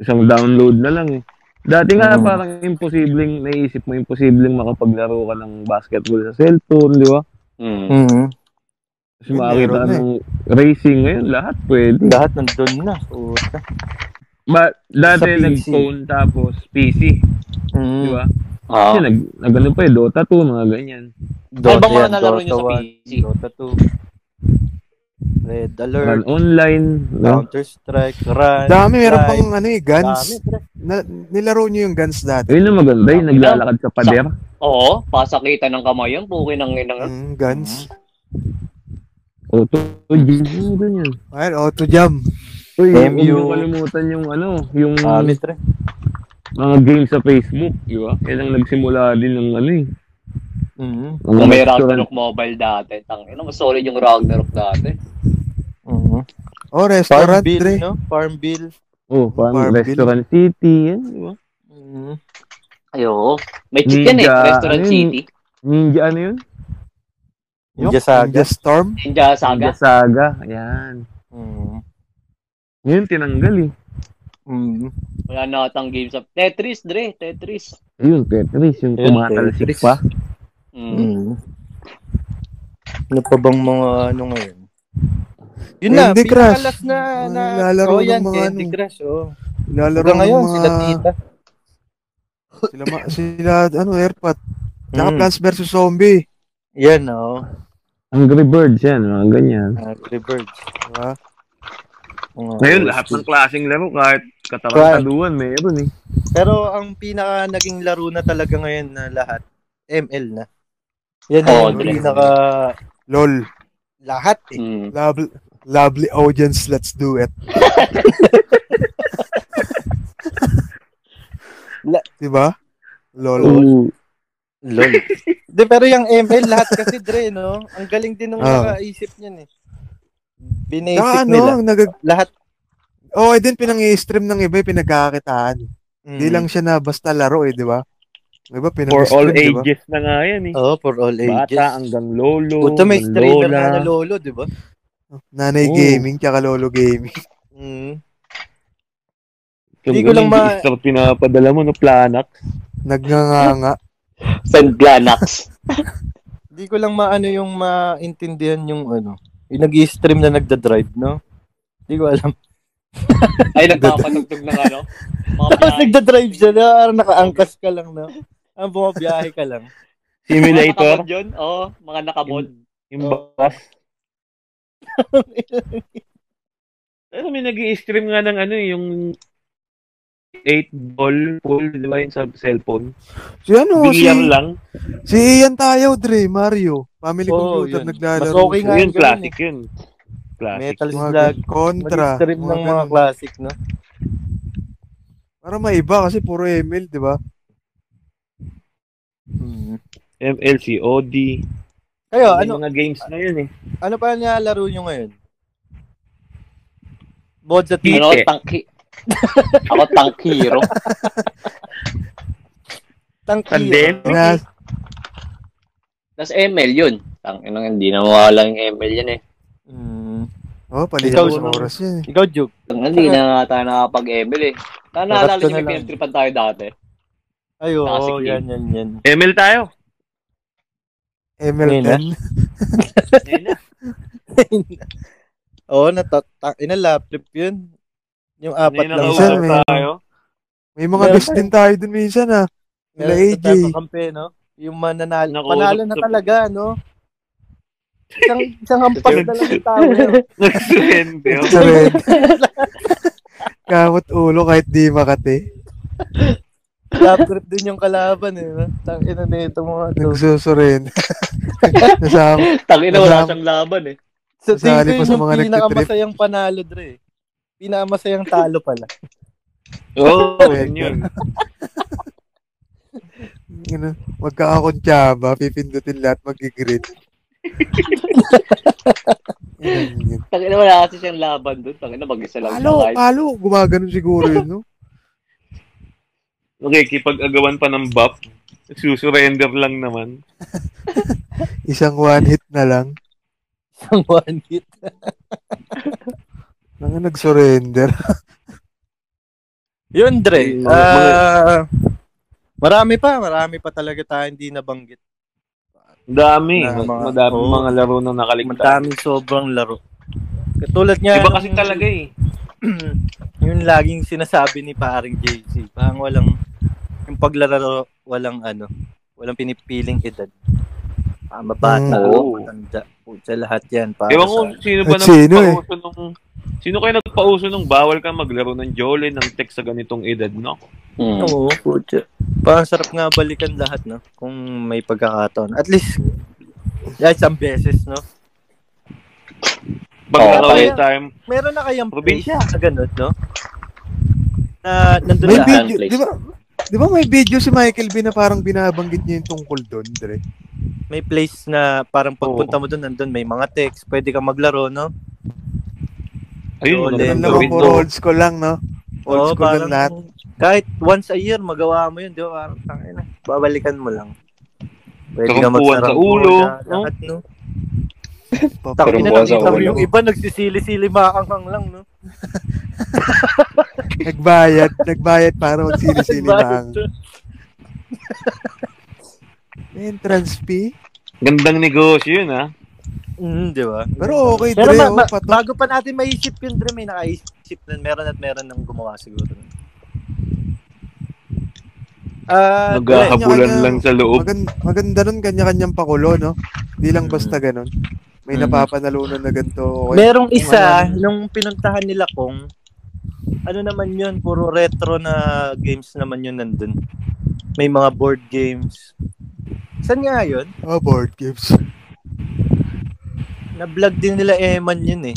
S8: isang download na lang eh. Dati nga
S4: Mm.
S8: parang imposibleng, naisip mo imposibleng makapaglaro ka ng basketball sa cellphone, di ba?
S7: Mm.
S1: Mm-hmm.
S4: Mm.
S8: Kasi
S1: Yun,
S8: makakita
S1: meron
S8: ka
S1: na
S8: ng racing ngayon, lahat pwede.
S4: Lahat nandun na. Puta.
S8: Ba, dati
S4: Sa PC.
S8: nag-phone tapos PC,
S4: Mm.
S8: di ba?
S7: Ah.
S8: Kasi nag, nag ano pa eh, Dota 2, mga ganyan.
S4: Dota
S7: Ano bang mga
S4: yan,
S7: nalaro nyo
S4: Dota
S7: sa
S4: 1,
S7: PC?
S4: Dota 2. Red
S10: Run
S4: Alert,
S10: online. No?
S4: Counter-Strike, Run.
S1: Ano? Dami, meron
S4: Strike.
S1: pang ano eh, guns.
S4: Dami, pre.
S1: Na, nilaro nyo yung guns dati.
S10: Ayun ang maganda. Yung naglalakad sa pader.
S7: Oo, pasakitan ng kamay yan. Pukin ng inang.
S1: Mm, guns.
S10: O, to, to, Jimmy, ganyan.
S1: Ayun, auto jam.
S10: Uy, huwag
S4: MU.
S10: niyo kalimutan yung ano, yung
S4: Dami, pre.
S10: mga game sa Facebook, di ba? Yan ang nagsimula din ng ano eh.
S4: Mhm.
S10: Ang
S8: Mm.
S7: Kung may
S10: restaurant.
S7: Ragnarok mobile dati. Tangin, mas solid yung Ragnarok dati.
S1: O,
S4: Mhm.
S1: Oh, restaurant,
S4: Farm Bill,
S1: Dre.
S4: no? Farm Bill.
S10: Oh, parang
S1: Farmville.
S10: restaurant city, yan, di ba?
S4: Mhm.
S7: Ay, oo. May chicken eh.
S10: Ninja,
S7: Restaurant
S10: ano yun?
S7: City.
S10: Ninja ano yun?
S4: Ninja
S1: Ninja
S4: Saga.
S1: Storm.
S7: Ninja
S10: Ninja
S7: Saga.
S10: Saga, yan.
S4: Mhm.
S10: Ngayon, tinanggal eh.
S4: Mhm.
S7: Wala na atang games of... Tetris, Dre. Tetris.
S10: Ayun, Tetris, yung
S4: Ayun,
S10: kumatalsik
S4: Tetris.
S10: pa.
S7: Mm.
S4: Mm. Ano pa bang mga ano ngayon? Yun na,
S1: Candy Crush.
S4: pinakalas na, na
S1: Ay, lalaro
S4: oh, yan,
S1: ng mga
S4: Candy
S1: ano.
S4: Crush, oh.
S1: Nilalaro
S4: Hanggang ngayon,
S1: ng mga...
S4: sila tita.
S1: Sila, ma- sila, ano, airpat. Tsaka
S4: Mm.
S1: Plants vs. Zombie.
S4: Yan, oh.
S10: Angry Birds yan, mga ganyan.
S4: Angry Birds. Diba? Mga ano.
S5: Ngayon,
S4: old
S5: lahat ng
S4: school.
S5: klaseng laro, kahit katarantaduan, meron eh.
S4: Pero ang pinaka naging laro na talaga ngayon na lahat, ML na. Yan
S7: Oo,
S4: ang
S7: direct.
S4: pinaka
S1: LOL.
S4: lahat eh.
S7: Mm.
S1: Lovely, lovely audience, let's do it.
S4: La-
S1: diba? LOL.
S10: Oo.
S4: Lol. De, pero yung ML lahat kasi Dre, no? Ang galing din ng
S1: Ah.
S4: nakaisip niyan eh. Binaisip
S1: Tsaka
S4: nila.
S1: ano, nag-
S4: Lahat.
S1: oh, eh, din pinang-i-stream ng iba, eh, pinagkakakitaan. Hindi
S4: Mm. Hmm.
S1: lang siya na basta laro eh, di ba? Di ba,
S5: For
S1: pinag-i-stream,
S5: all
S1: di ba?
S5: ages na nga yan eh.
S4: Oh, for all ages.
S5: Bata hanggang lolo,
S4: Puta, may
S5: hanggang
S4: streamer
S5: lola.
S4: na na lolo, di ba?
S1: Nanay
S4: Oh.
S5: Oo.
S1: Gaming, tsaka Lolo Gaming.
S4: Mm.
S5: Hindi ko lang ma... Sa pinapadala mo, no, planak.
S1: Nagnganganga.
S7: Sandblanax.
S4: Hindi ko lang maano yung maintindihan yung ano. Yung nag-i-stream na nagda-drive, no? Hindi ko alam.
S7: Ay, nagpapatugtog ng ano. Mga
S4: Tapos
S7: biyahe.
S4: nagda-drive siya, no? Parang nakaangkas ka lang, no? Ang bumabiyahe ka lang.
S7: Mga
S5: Simulator,
S7: nakabod yun. Oo, mga nakabod.
S5: yung bus. Pero may nag stream nga ng ano eh, yung 8 ball pool, di ba yung sa cellphone?
S1: Si ano, si,
S5: BR lang.
S1: si Ian tayo, Dre, Mario. Family
S4: Oo,
S1: Computer,
S4: yun.
S1: naglalaro.
S4: Oh, Mas okay nga
S5: Yun,
S4: yung ganun,
S1: eh.
S5: classic yun. Classic.
S4: Metal
S1: Mga
S4: Slug.
S1: ganun. Contra.
S4: Mag-stream ng mga
S1: ganun.
S4: classic, no?
S1: Para maiba kasi puro ML, di ba?
S4: Mm.
S5: ML, COD.
S4: Kayo,
S5: Yung
S4: ano,
S5: mga games na yun eh.
S4: ano pa nilalaro nyo ngayon? Bod sa
S7: Ano,
S4: tita.
S7: tangki. Ako tangkiro.
S4: Tangkiro.
S5: Pandemic.
S1: Kina,
S7: Tapos ML yun. Tangin lang, hindi na mawala yung ML yan eh.
S4: Mm.
S1: oh,
S4: Ikaw,
S1: paligaw sa
S4: no?
S1: oras yun. eh.
S4: Ikaw, Juke.
S7: Tangin, hindi na nga tayo nakapag-ML eh. Tara,
S4: Sarap ka
S7: naalala niyo
S4: na
S7: may
S4: lang.
S7: pinagtripan tayo dati.
S4: Ay, oo,
S7: Classic
S4: yan, yan, yan.
S5: ML tayo.
S1: ML
S4: Ngayon,
S1: 10.
S4: Oo, oh, natata- ina laptop yun. Yung apat
S5: Hindi
S4: lang.
S1: nakausap
S4: siya.
S5: nakausap
S1: may-
S5: tayo.
S1: eh. May mga
S4: Meron
S1: guest din tayo dun minsan, ah. ha? Nila
S4: Meron
S1: AJ.
S4: sa tayo kampe, no? Yung mananalo.
S5: Naku,
S4: Panalo na
S5: nakausap.
S4: talaga, no? Isang, isang hampas na lang yung tower.
S5: Nagsurrender.
S1: Sa red. Kamot ulo kahit di makati.
S4: Laptop din yung kalaban, eh. no? Tang ina na ito mga to.
S1: Nagsusurin. Nasama.
S7: Tangin na wala
S1: Madam-
S7: siyang laban eh.
S4: Sa tingin
S1: Sasali
S4: ko
S1: pa sa mga
S4: yun yung
S1: nagtitrip.
S4: pinakamasayang panalo, Dre. Pinakamasayang talo pala.
S5: Oo,
S4: Oh,
S5: yun yun.
S1: Ano, magkakakontsaba, pipindutin lahat, magigrid. Ganyan.
S7: Tangin na wala kasi siyang laban doon. Tangin na mag-isa lang siya
S1: Halo,
S7: live.
S1: halo, gumaganon siguro yun, no?
S5: Okay, kipag-agawan pa ng buff, susurrender lang naman.
S1: Isang one hit na lang.
S4: Isang one hit.
S1: Nang nag-surrender.
S4: Yun, Dre.
S5: Yung mga-
S4: Ah, marami pa. Marami pa talaga tayo hindi nabanggit.
S5: Ang Dami.
S4: Na mga- oh.
S5: Madami
S4: oo.
S5: mga laro na nakaligtaan.
S4: Madaming sobrang laro. Katulad nga.
S5: Iba
S4: nung-
S5: kasi talaga eh.
S4: yun laging sinasabi ni paring JC. Parang walang, yung paglalaro, walang ano, walang pinipiling edad. Ah, mabata.
S1: Mm.
S4: Oh. Matanda. Pucha lahat yan. Para
S8: Ewan ko sino ba
S1: At sino eh?
S8: nagpauso nung... Sino kayo nagpauso nung bawal ka maglaro ng Jolin ng text sa ganitong edad, no?
S7: Hmm.
S4: sa... Oo, pucha. Parang sarap nga balikan lahat, no? Kung may pagkakataon. At least, kahit isang beses, no?
S8: Pag
S4: kaya-
S8: oh, time,
S4: Meron na kayang
S8: Probinsya.
S4: place na ganun, no? Na nandun
S1: May
S4: lahat.
S1: video,
S7: place.
S1: di ba? Di ba may video si Michael B na parang binabanggit niya yung tungkol doon, Dre?
S4: May place na parang pagpunta mo doon, nandun may mga text. Pwede ka maglaro, no?
S8: ayun,
S1: Ganun
S4: Jolin.
S8: magandang
S4: Lendo,
S1: lang,
S8: gawin
S1: puro
S8: to.
S1: old school lang, no?
S4: Oo,
S1: Old school lang lahat.
S4: Kahit once a year, magawa mo yun, di ba? Parang tangin na. Babalikan mo lang. Pwede ka
S8: Karumpuan sa
S4: magsarang
S8: ulo,
S4: muna,
S8: no?
S4: Lahat, no? Tangin na
S1: Papakita
S7: Karumpuan sa
S4: nakita mo
S7: ulo.
S4: yung iba, nagsisili-sili maanghang lang, no?
S1: Nagbayad, nagbayad para magsili-sili lang. Entrance fee.
S8: Gandang negosyo yun, ah. ha?
S4: Mm, di ba?
S1: Pero okay,
S4: Pero
S1: Dre.
S4: ma-
S1: oh,
S4: ma-
S1: patok.
S4: bago pa natin maisip yun, Dre, may nakaisip nun. Meron at meron nang gumawa siguro. nun. Ah, Dre,
S8: Maghahabulan
S1: kanya-
S8: lang sa loob.
S1: Maganda, maganda nun, kanya-kanyang pakulo, no? Hindi lang basta ganun. May
S4: Mm.
S1: napapanalunan na ganito. Okay.
S4: merong
S1: Kung
S4: isa,
S1: ano-
S4: nung pinuntahan nila kong, ano naman yun, puro retro na games naman yun nandun. May mga board games. Saan nga yun?
S1: Oh, board games.
S4: Na-vlog din nila Eman yun eh.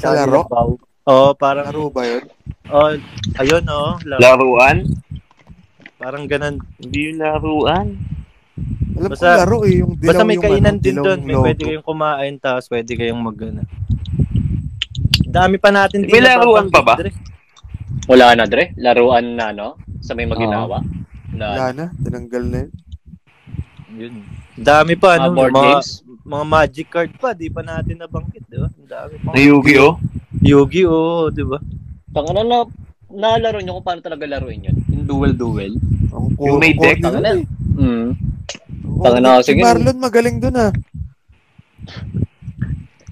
S1: Sa laro?
S4: Oo, oh, parang,
S1: Laro ba yun?
S4: oh, ayun oh, laro,
S8: Laruan?
S4: parang ganun.
S8: Hindi yung laruan.
S1: Alam ko
S4: Basta-
S1: laro eh. Yung dilaw
S4: Basta may
S1: yung
S4: kainan
S1: ano,
S4: din
S1: dilaw
S4: doon.
S1: yung
S4: May pwede
S1: logo.
S4: kayong kumain, tapos pwede kayong mag ano. Dami pa natin
S8: May
S4: na
S8: laruan pa ba?
S4: Dre.
S7: Wala na, Dre. Laruan na, no? Sa may maginawa.
S1: Wala
S7: Na,
S1: na. Tinanggal na yun.
S4: Yun. Dami pa,
S7: mga
S4: ano,
S7: Ah, board
S4: mga,
S7: games.
S4: mga magic card pa, di pa natin nabanggit, di ba? Ang dami pa.
S8: Na Yu-Gi-Oh?
S4: Yogi, oo, di ba?
S7: Tangana na, nalaro niyo kung paano talaga laruin yun. Yung duel-duel.
S1: Ang ko-
S8: Yung may
S1: ang
S8: deck,
S1: corny
S7: tanga
S1: nun
S7: na.
S1: eh.
S7: Mm.
S1: Ang
S7: Tanga na
S1: corny.
S7: kasi
S1: Si
S7: yun.
S1: Marlon magaling doon ah.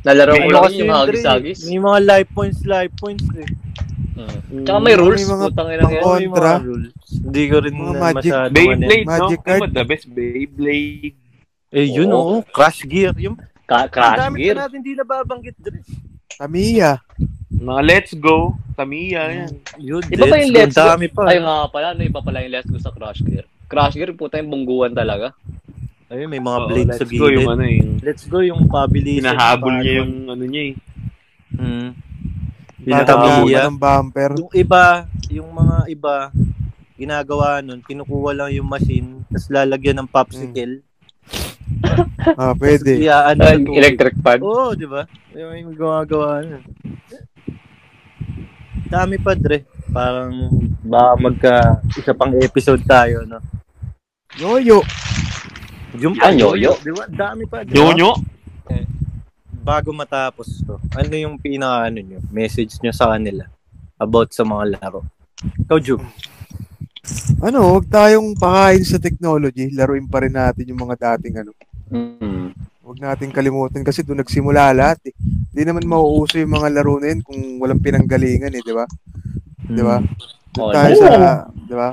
S7: Nalaro ko
S8: May
S7: lang
S4: Kasi
S7: yung
S4: yun, Dre,
S7: hagis-hagis.
S4: May mga life points, life points, eh.
S7: Mm. Tsaka
S4: Hmm,
S7: may rules.
S1: May mga
S7: Putang ina yan.
S1: pangkon- Kontra.
S4: Hindi ko rin
S1: Mga
S4: na
S1: magic-
S4: masyado. ano yan.
S8: Beyblade, no?
S1: Magic
S8: Ano ba,
S1: card.
S8: the best Beyblade?
S4: Eh, yun,
S7: Oo.
S4: oo. Crash gear. Yung, ang
S7: Ka- Crash
S4: dami
S7: gear.
S4: pa natin hindi nababanggit, Dre.
S1: Tamiya.
S8: Mga Let's Go, Tamiya, yan.
S4: Yun,
S7: Iba pa yung
S4: Dre,
S7: Let's Go?
S4: Dami pa.
S7: Ay nga pala, ano iba pala yung let's go sa Crash Gear. Crash Gear, puta yung bungguan talaga.
S4: Ayun, may mga
S8: Oo,
S4: blade sa
S8: Let's Go
S4: gilid.
S8: yung ano eh.
S4: Let's go yung pabilis.
S8: Hinahabol niya yung ano niya eh.
S4: Mm.
S1: Parang
S8: Hinahabol.
S4: Tamiya.
S1: laban ng bumper.
S4: Yung iba, yung mga iba, ginagawa nun, kinukuha lang yung machine, tapos lalagyan ng popsicle.
S8: Hmm.
S1: Ah, pwede.
S4: Iya, ano,
S7: Ay, electric pad.
S4: Oo, oh, di ba? Yung yung gumagawa nun. Dami pa, Dre. Parang, ba magka, isa pang episode tayo, no?
S1: Yoyo.
S4: Yung ah,
S7: Yan, "Ah, yoyo.
S4: Di ba? Dami pa, Dre.
S8: Yonyo?
S4: Bago matapos to, ano yung pinaka, ano nyo, message nyo sa kanila about sa mga laro? Ikaw, Ju.
S1: Ano, huwag tayong pakain sa technology. Laruin pa rin natin yung mga dating ano.
S7: Mm.
S1: Huwag natin kalimutan kasi doon nagsimula lahat eh. Hindi naman mauuso yung mga laro na yun kung walang pinanggalingan eh, di ba? Di ba? Doon
S7: Oo.
S1: tayo sa, di ba?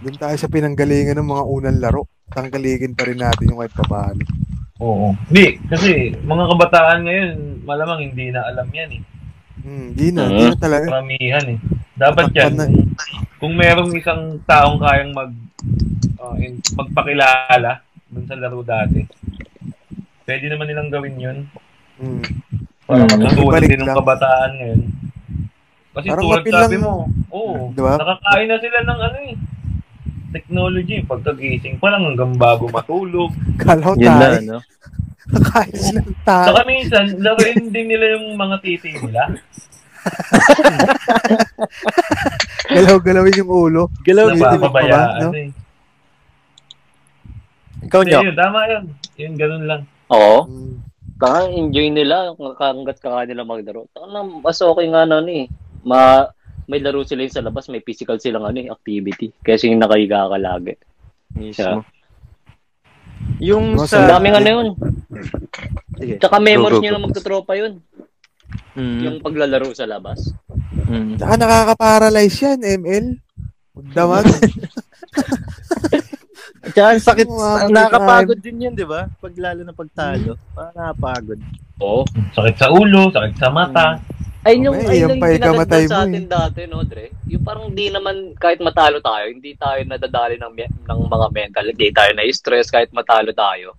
S1: Doon tayo sa pinanggalingan ng mga unang laro. Tanggaligin pa rin natin yung kahit papaano.
S5: Oo. Hindi, kasi mga kabataan ngayon, malamang hindi na alam yan eh.
S1: Hmm, di na, di na talaga.
S5: Karamihan eh. Dapat
S1: Tatakpan
S5: yan,
S1: na.
S5: kung, kung merong isang taong kayang mag, uh, in- magpakilala dun sa laro dati, pwede naman nilang gawin yun.
S1: Hmm.
S5: Para
S7: Mm.
S5: matutunan
S1: Ibalik
S5: din ng
S1: lang.
S5: kabataan ngayon. Kasi
S1: Parang
S5: tulad
S1: mapil
S5: sabi
S1: lang-
S5: mo, oo,
S1: Di ba?
S5: nakakain na sila ng ano eh, technology, pagkagising pa lang hanggang bago matulog.
S1: Kalaw
S4: Yun na, ano,
S1: tayo.
S4: no?
S1: Kakain silang tayo.
S5: Saka minsan, laruin din nila yung mga titi nila.
S1: Galaw-galawin yung ulo.
S4: Galaw,
S1: Hindi, Nababago.
S5: Napapabayaan
S1: di ba, no?
S5: eh.
S4: Ikaw,
S5: Hindi,
S4: Nyo.
S5: yun, tama yun. Yun, ganun lang.
S7: Oo.
S1: Hmm.
S7: Tanga, enjoy nila hanggat ka nga nila maglaro. Tanga, mas okay nga na ano eh. Ma may laro sila yung sa labas, may physical silang ano eh, activity. Kasi yung nakahiga ka lagi.
S4: Mismo. Yung
S1: Mas
S7: Ang
S4: sa...
S7: daming ano yun.
S4: Sige.
S7: Tsaka
S4: Go,
S7: memories
S4: go,
S7: nyo
S4: go.
S7: na magtutropa yun. Yung
S4: Mm,
S7: paglalaro sa labas.
S4: mm.
S1: Saka nakaka-paralyze yan, ML. Magdamag.
S4: Tsaka ang sakit,
S1: Oo, ah,
S4: ang nakakapagod din yun, di ba? Pag lalo na pagtalo, parang nakakapagod.
S8: Oo. Sakit sa ulo, sakit sa mata.
S1: Hmm.
S7: Ay, yung,
S1: Okay,
S7: ay,
S1: yan
S7: yung,
S1: pa, ikamatay
S7: ginaganda
S1: mo
S7: sa
S1: eh.
S7: atin dati, no, Dre? Yung parang di naman, kahit matalo tayo, hindi tayo nadadali ng, me- ng mga mental. Hindi tayo na-stress kahit matalo tayo.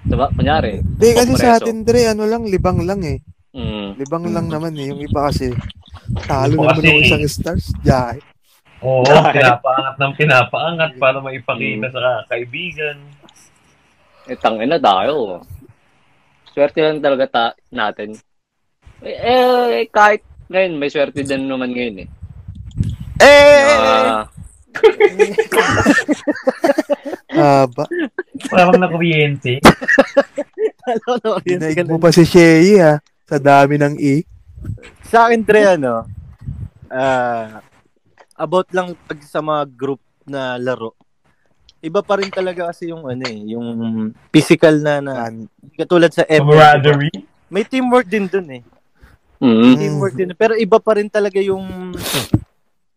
S7: Diba? Kunyari.
S1: Hindi kasi sa
S7: Kongreso.
S1: atin, Dre, ano lang, libang lang eh.
S7: Mm.
S1: Libang lang naman eh. Yung iba kasi, talo
S8: Iba
S1: naman
S8: kasi-
S1: ng isang stars. Yeah.
S8: Oo, pinapaangat ng pinapaangat para maipakita sa kaibigan.
S7: Eh, tangin na tayo. Swerte lang talaga ta- natin. Eh, eh, kahit ngayon, may swerte din naman ngayon eh. Ah,
S4: Eh!
S7: Na,
S1: Haba.
S8: Parang nakuryente.
S4: Talo na oriente ka
S1: Dinaig mo
S4: na.
S1: pa si Shea ha. Sa dami ng E.
S4: Sa akin, Dre, ano, ah, about lang pag sa mga group na laro. Iba pa rin talaga kasi yung ano eh, yung physical na na katulad sa FM.
S8: Camaraderie.
S4: May teamwork din dun eh.
S7: mm,
S4: Teamwork din. Pero iba pa rin talaga yung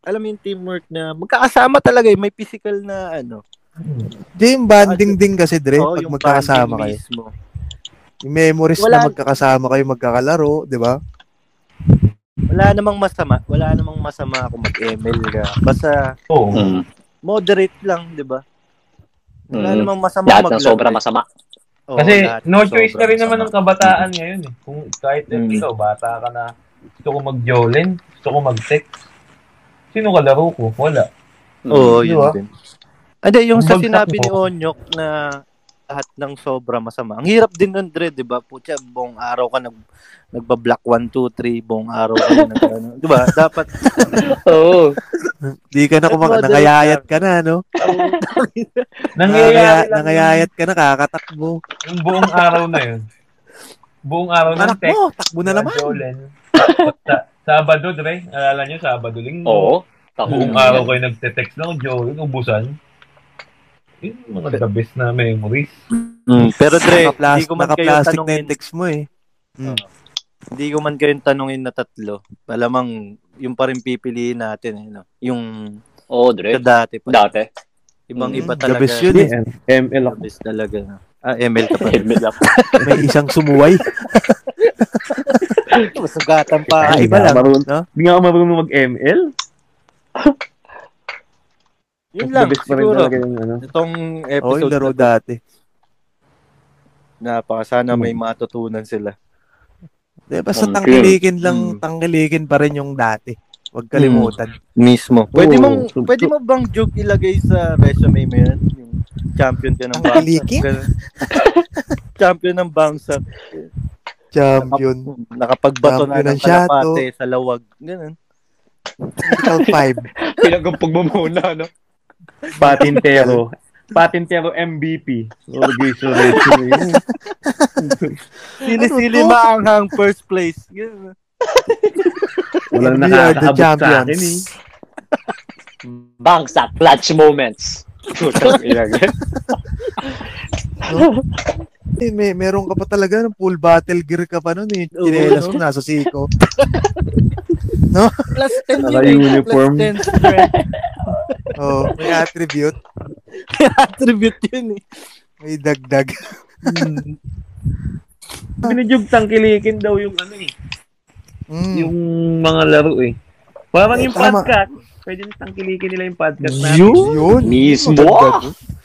S4: alam mo yung teamwork na magkakasama talaga eh. May physical na ano.
S1: Di, yung banding din kasi, Dre, Eh,
S4: Oo,
S1: pag
S4: yung
S1: magkakasama
S4: bonding
S1: kayo.
S4: Mismo.
S1: Yung memories
S4: Wala-
S1: na magkakasama kayo, magkakalaro, di ba?
S4: Wala namang masama. Wala namang masama kung mag-ML ka. Basta
S8: Oo.
S7: mm,
S4: moderate lang, di ba? Wala
S7: Mm.
S4: namang masama
S7: lahat ng
S4: maglaro.
S7: sobra masama.
S4: Oo,
S8: Kasi
S4: lahat ng
S8: no choice
S4: sobra
S8: na rin naman
S4: masama.
S8: ng kabataan ngayon eh. Kung kahit eh,
S4: Mm.
S8: ikaw, bata ka na, gusto ko mag-jolin, gusto ko mag-text. Sino ka laro ko? Wala.
S4: Oo,
S8: mm, Di
S4: yun
S8: ba?
S4: din. Ande, yung sa
S8: Bagsak
S4: sinabi
S8: mo.
S4: ni Onyok na lahat ng sobra masama. Ang hirap din nun, Dre, di ba? Putya, buong araw ka nag, nagba-block 1, 2, 3, buong araw ka nag, ano, di ba? Dapat,
S7: Oo.
S1: Di ka na kumaka,
S4: Nag-model
S1: nangayayat ka na, no?
S8: Nangyayari
S1: Nangayayat,
S8: lang
S1: nangayayat ka na, kakatakbo.
S8: yung buong araw na yun. Buong araw ng
S1: Anak
S8: text.
S1: mo, takbo na naman.
S8: Jolen. Sa, Sabado, Dre. Alala nyo, Sabado linggo.
S7: Oo. Tako.
S8: Buong araw kayo nagte-text lang, Jolen, ubusan. Yun, yung mga the best na memories.
S4: Mm, pero Dre,
S1: Nakaplas-
S4: hindi ko man kayo
S1: nakaplastic na
S4: tanungin,
S1: yung text mo eh.
S4: hindi ko man kayo tanungin na tatlo. Malamang, yung pa rin pipiliin natin, eh, no? Yung
S7: Oo, Dre.
S4: sa dati pa.
S7: Dati.
S4: Ibang iba
S1: Mm,
S4: talaga.
S1: The best yun eh.
S10: ML
S4: The
S10: ako.
S4: best talaga. no? Ah, ML ka pa.
S1: May isang sumuway.
S4: Masugatan pa.
S1: Ah, iba lang.
S10: Marunong-
S1: No?
S10: Hindi nga ako marunong mag-ML.
S4: Yun
S10: The
S4: lang,
S10: best pa rin
S4: siguro.
S10: talaga yung ano.
S4: Itong
S1: Oo, yung
S4: episode
S8: Oh,
S1: laro
S4: na to,
S1: dati.
S4: napaka sana may
S8: Mm.
S4: matutunan sila.
S1: Di, basta
S7: Mm.
S1: tangkilikin lang,
S4: Mm.
S1: tangkilikin pa rin yung dati. Huwag kalimutan.
S4: Mismo. Pwede
S10: Oo.
S4: mong
S10: So-
S4: pwede mo bang joke ilagay sa resume mo yan? Yung champion ka ng
S1: Ang
S4: bangsa.
S1: kaliki?
S4: Ganun. champion ng bangsa.
S1: Champion.
S4: Nakapagbato
S1: Champion
S4: na ng
S1: ng Shato.
S4: kalapate sa lawag. Ganun.
S1: Total 5.
S2: Pinagampag mo muna, no?
S10: Patintero. Patintero MVP. Oh, Jason Redshield.
S4: Sinisili
S1: to?
S4: maanghang first place. Ano Ganun.
S10: Walang
S1: We are the
S10: nakakaabot sa akin eh.
S1: champions.
S7: Bangsa. Clutch moments.
S1: Eh, may, meron ka pa talaga ng full battle gear ka pa nun eh.
S4: Oo,
S1: Chinelas
S4: no?
S1: mo nasa siko.
S4: Plus 10
S10: Saka
S4: yun. eh.
S10: uniform.
S4: Plus 10 strength.
S1: Oh, may attribute.
S4: Attribute yun eh.
S1: May dagdag.
S5: Binijog tangkilikin daw yung ano eh.
S1: Mm.
S5: Yung mga laro eh. Parang yung
S1: Tama.
S5: podcast. Pwede nilang tangkilikin nila yung podcast natin.
S1: Yun! Yun!
S7: Mismo.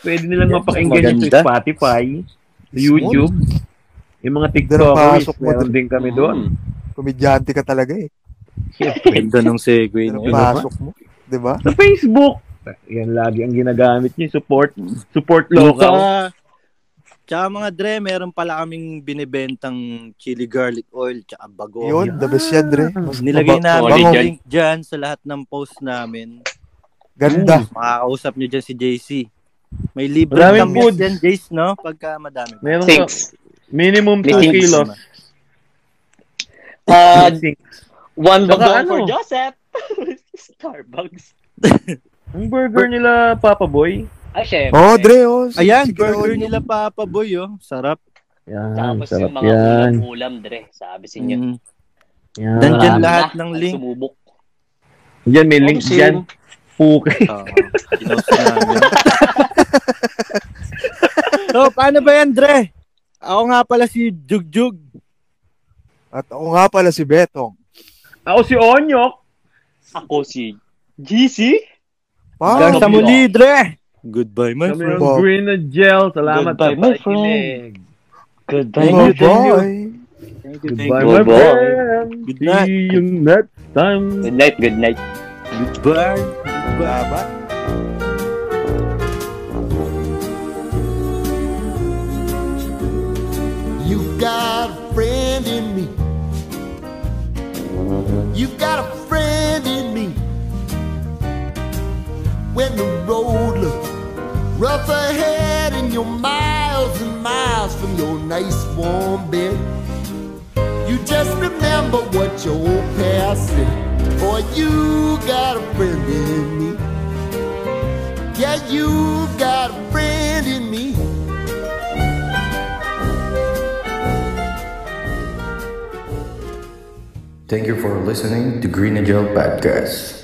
S5: Pwede nilang
S10: Yes,
S5: mapakinggan yun
S4: maganda.
S5: sa Spotify, YouTube, yung mga TikTokers.
S1: pasok mo
S10: Meron
S1: dun.
S10: din kami doon.
S1: Komedyante ka talaga eh.
S4: Ganda nung segue
S1: Pero
S4: niya.
S1: pasok mo. Di ba?
S10: Sa Facebook. Yan lagi ang ginagamit niyo. Support. Support local.
S4: Tsaka, tsaka Ah, mga Dre, meron pala kaming binibentang chili garlic oil tsaka bago.
S1: Yun, the best yan, Dre.
S4: Ah.
S1: Mas
S4: Nilagay
S1: maba-
S4: namin
S1: bango.
S4: yung link dyan sa lahat ng post namin.
S1: Ganda.
S4: Makakausap nyo dyan si JC. May libre
S10: Maraming
S4: kami
S10: foods.
S4: dyan, Jace, no? Pagka madami.
S10: Meron ka,
S7: Thanks.
S10: minimum
S4: Ah,
S10: 2
S7: Thanks.
S10: kilos.
S7: Uh,
S10: Thanks.
S7: one
S10: Saka
S7: bagong
S10: ano?
S7: for Joseph. Starbucks.
S10: Ang burger nila, Papa Boy.
S7: Ay, syempre.
S1: Oh, Dre, oh. Sige,
S4: Ayan,
S1: sige,
S4: burger
S1: oh.
S4: nila Papa Boy, oh. Sarap.
S10: Yan,
S7: Tapos
S10: sarap
S7: yung mga
S10: yan.
S7: ulam-ulam, Dre. Sabi sa inyo.
S4: Mm.
S10: Yan.
S4: Nandyan
S7: Marami
S4: lahat
S7: na
S4: ng
S7: ang
S4: link.
S7: Sumubok.
S10: Yan, may link dyan. Puke.
S4: Oo, pinost namin. So, paano ba yan, Dre? Ako nga pala si Jugjug.
S1: At ako nga pala si Betong.
S8: Ako si Onyok.
S7: Ako si GC?
S1: Pa,
S4: Hanggang sa muli, Dre. Goodbye, my
S8: Kami
S4: friend.
S8: ang Grenadier. Salamat
S7: Goodbye,
S8: sa
S7: my
S8: pakikinig.
S7: Goodbye.
S1: bye-bye.
S7: Thank you,
S8: Goodbye,
S7: thank
S8: my
S7: you. Goodbye.
S8: friend.
S4: Good night.
S8: See you next time.
S11: Good night, good night.
S4: Goodbye.
S1: Bye-bye.
S12: You got a friend in me. You got a friend in me. When the road looks rough ahead and you're miles and miles from your nice warm bed, you just remember what your old past said. Boy, you got a friend in me. Yeah, you got a friend in me.
S3: Thank you for listening to Green Angel Podcast.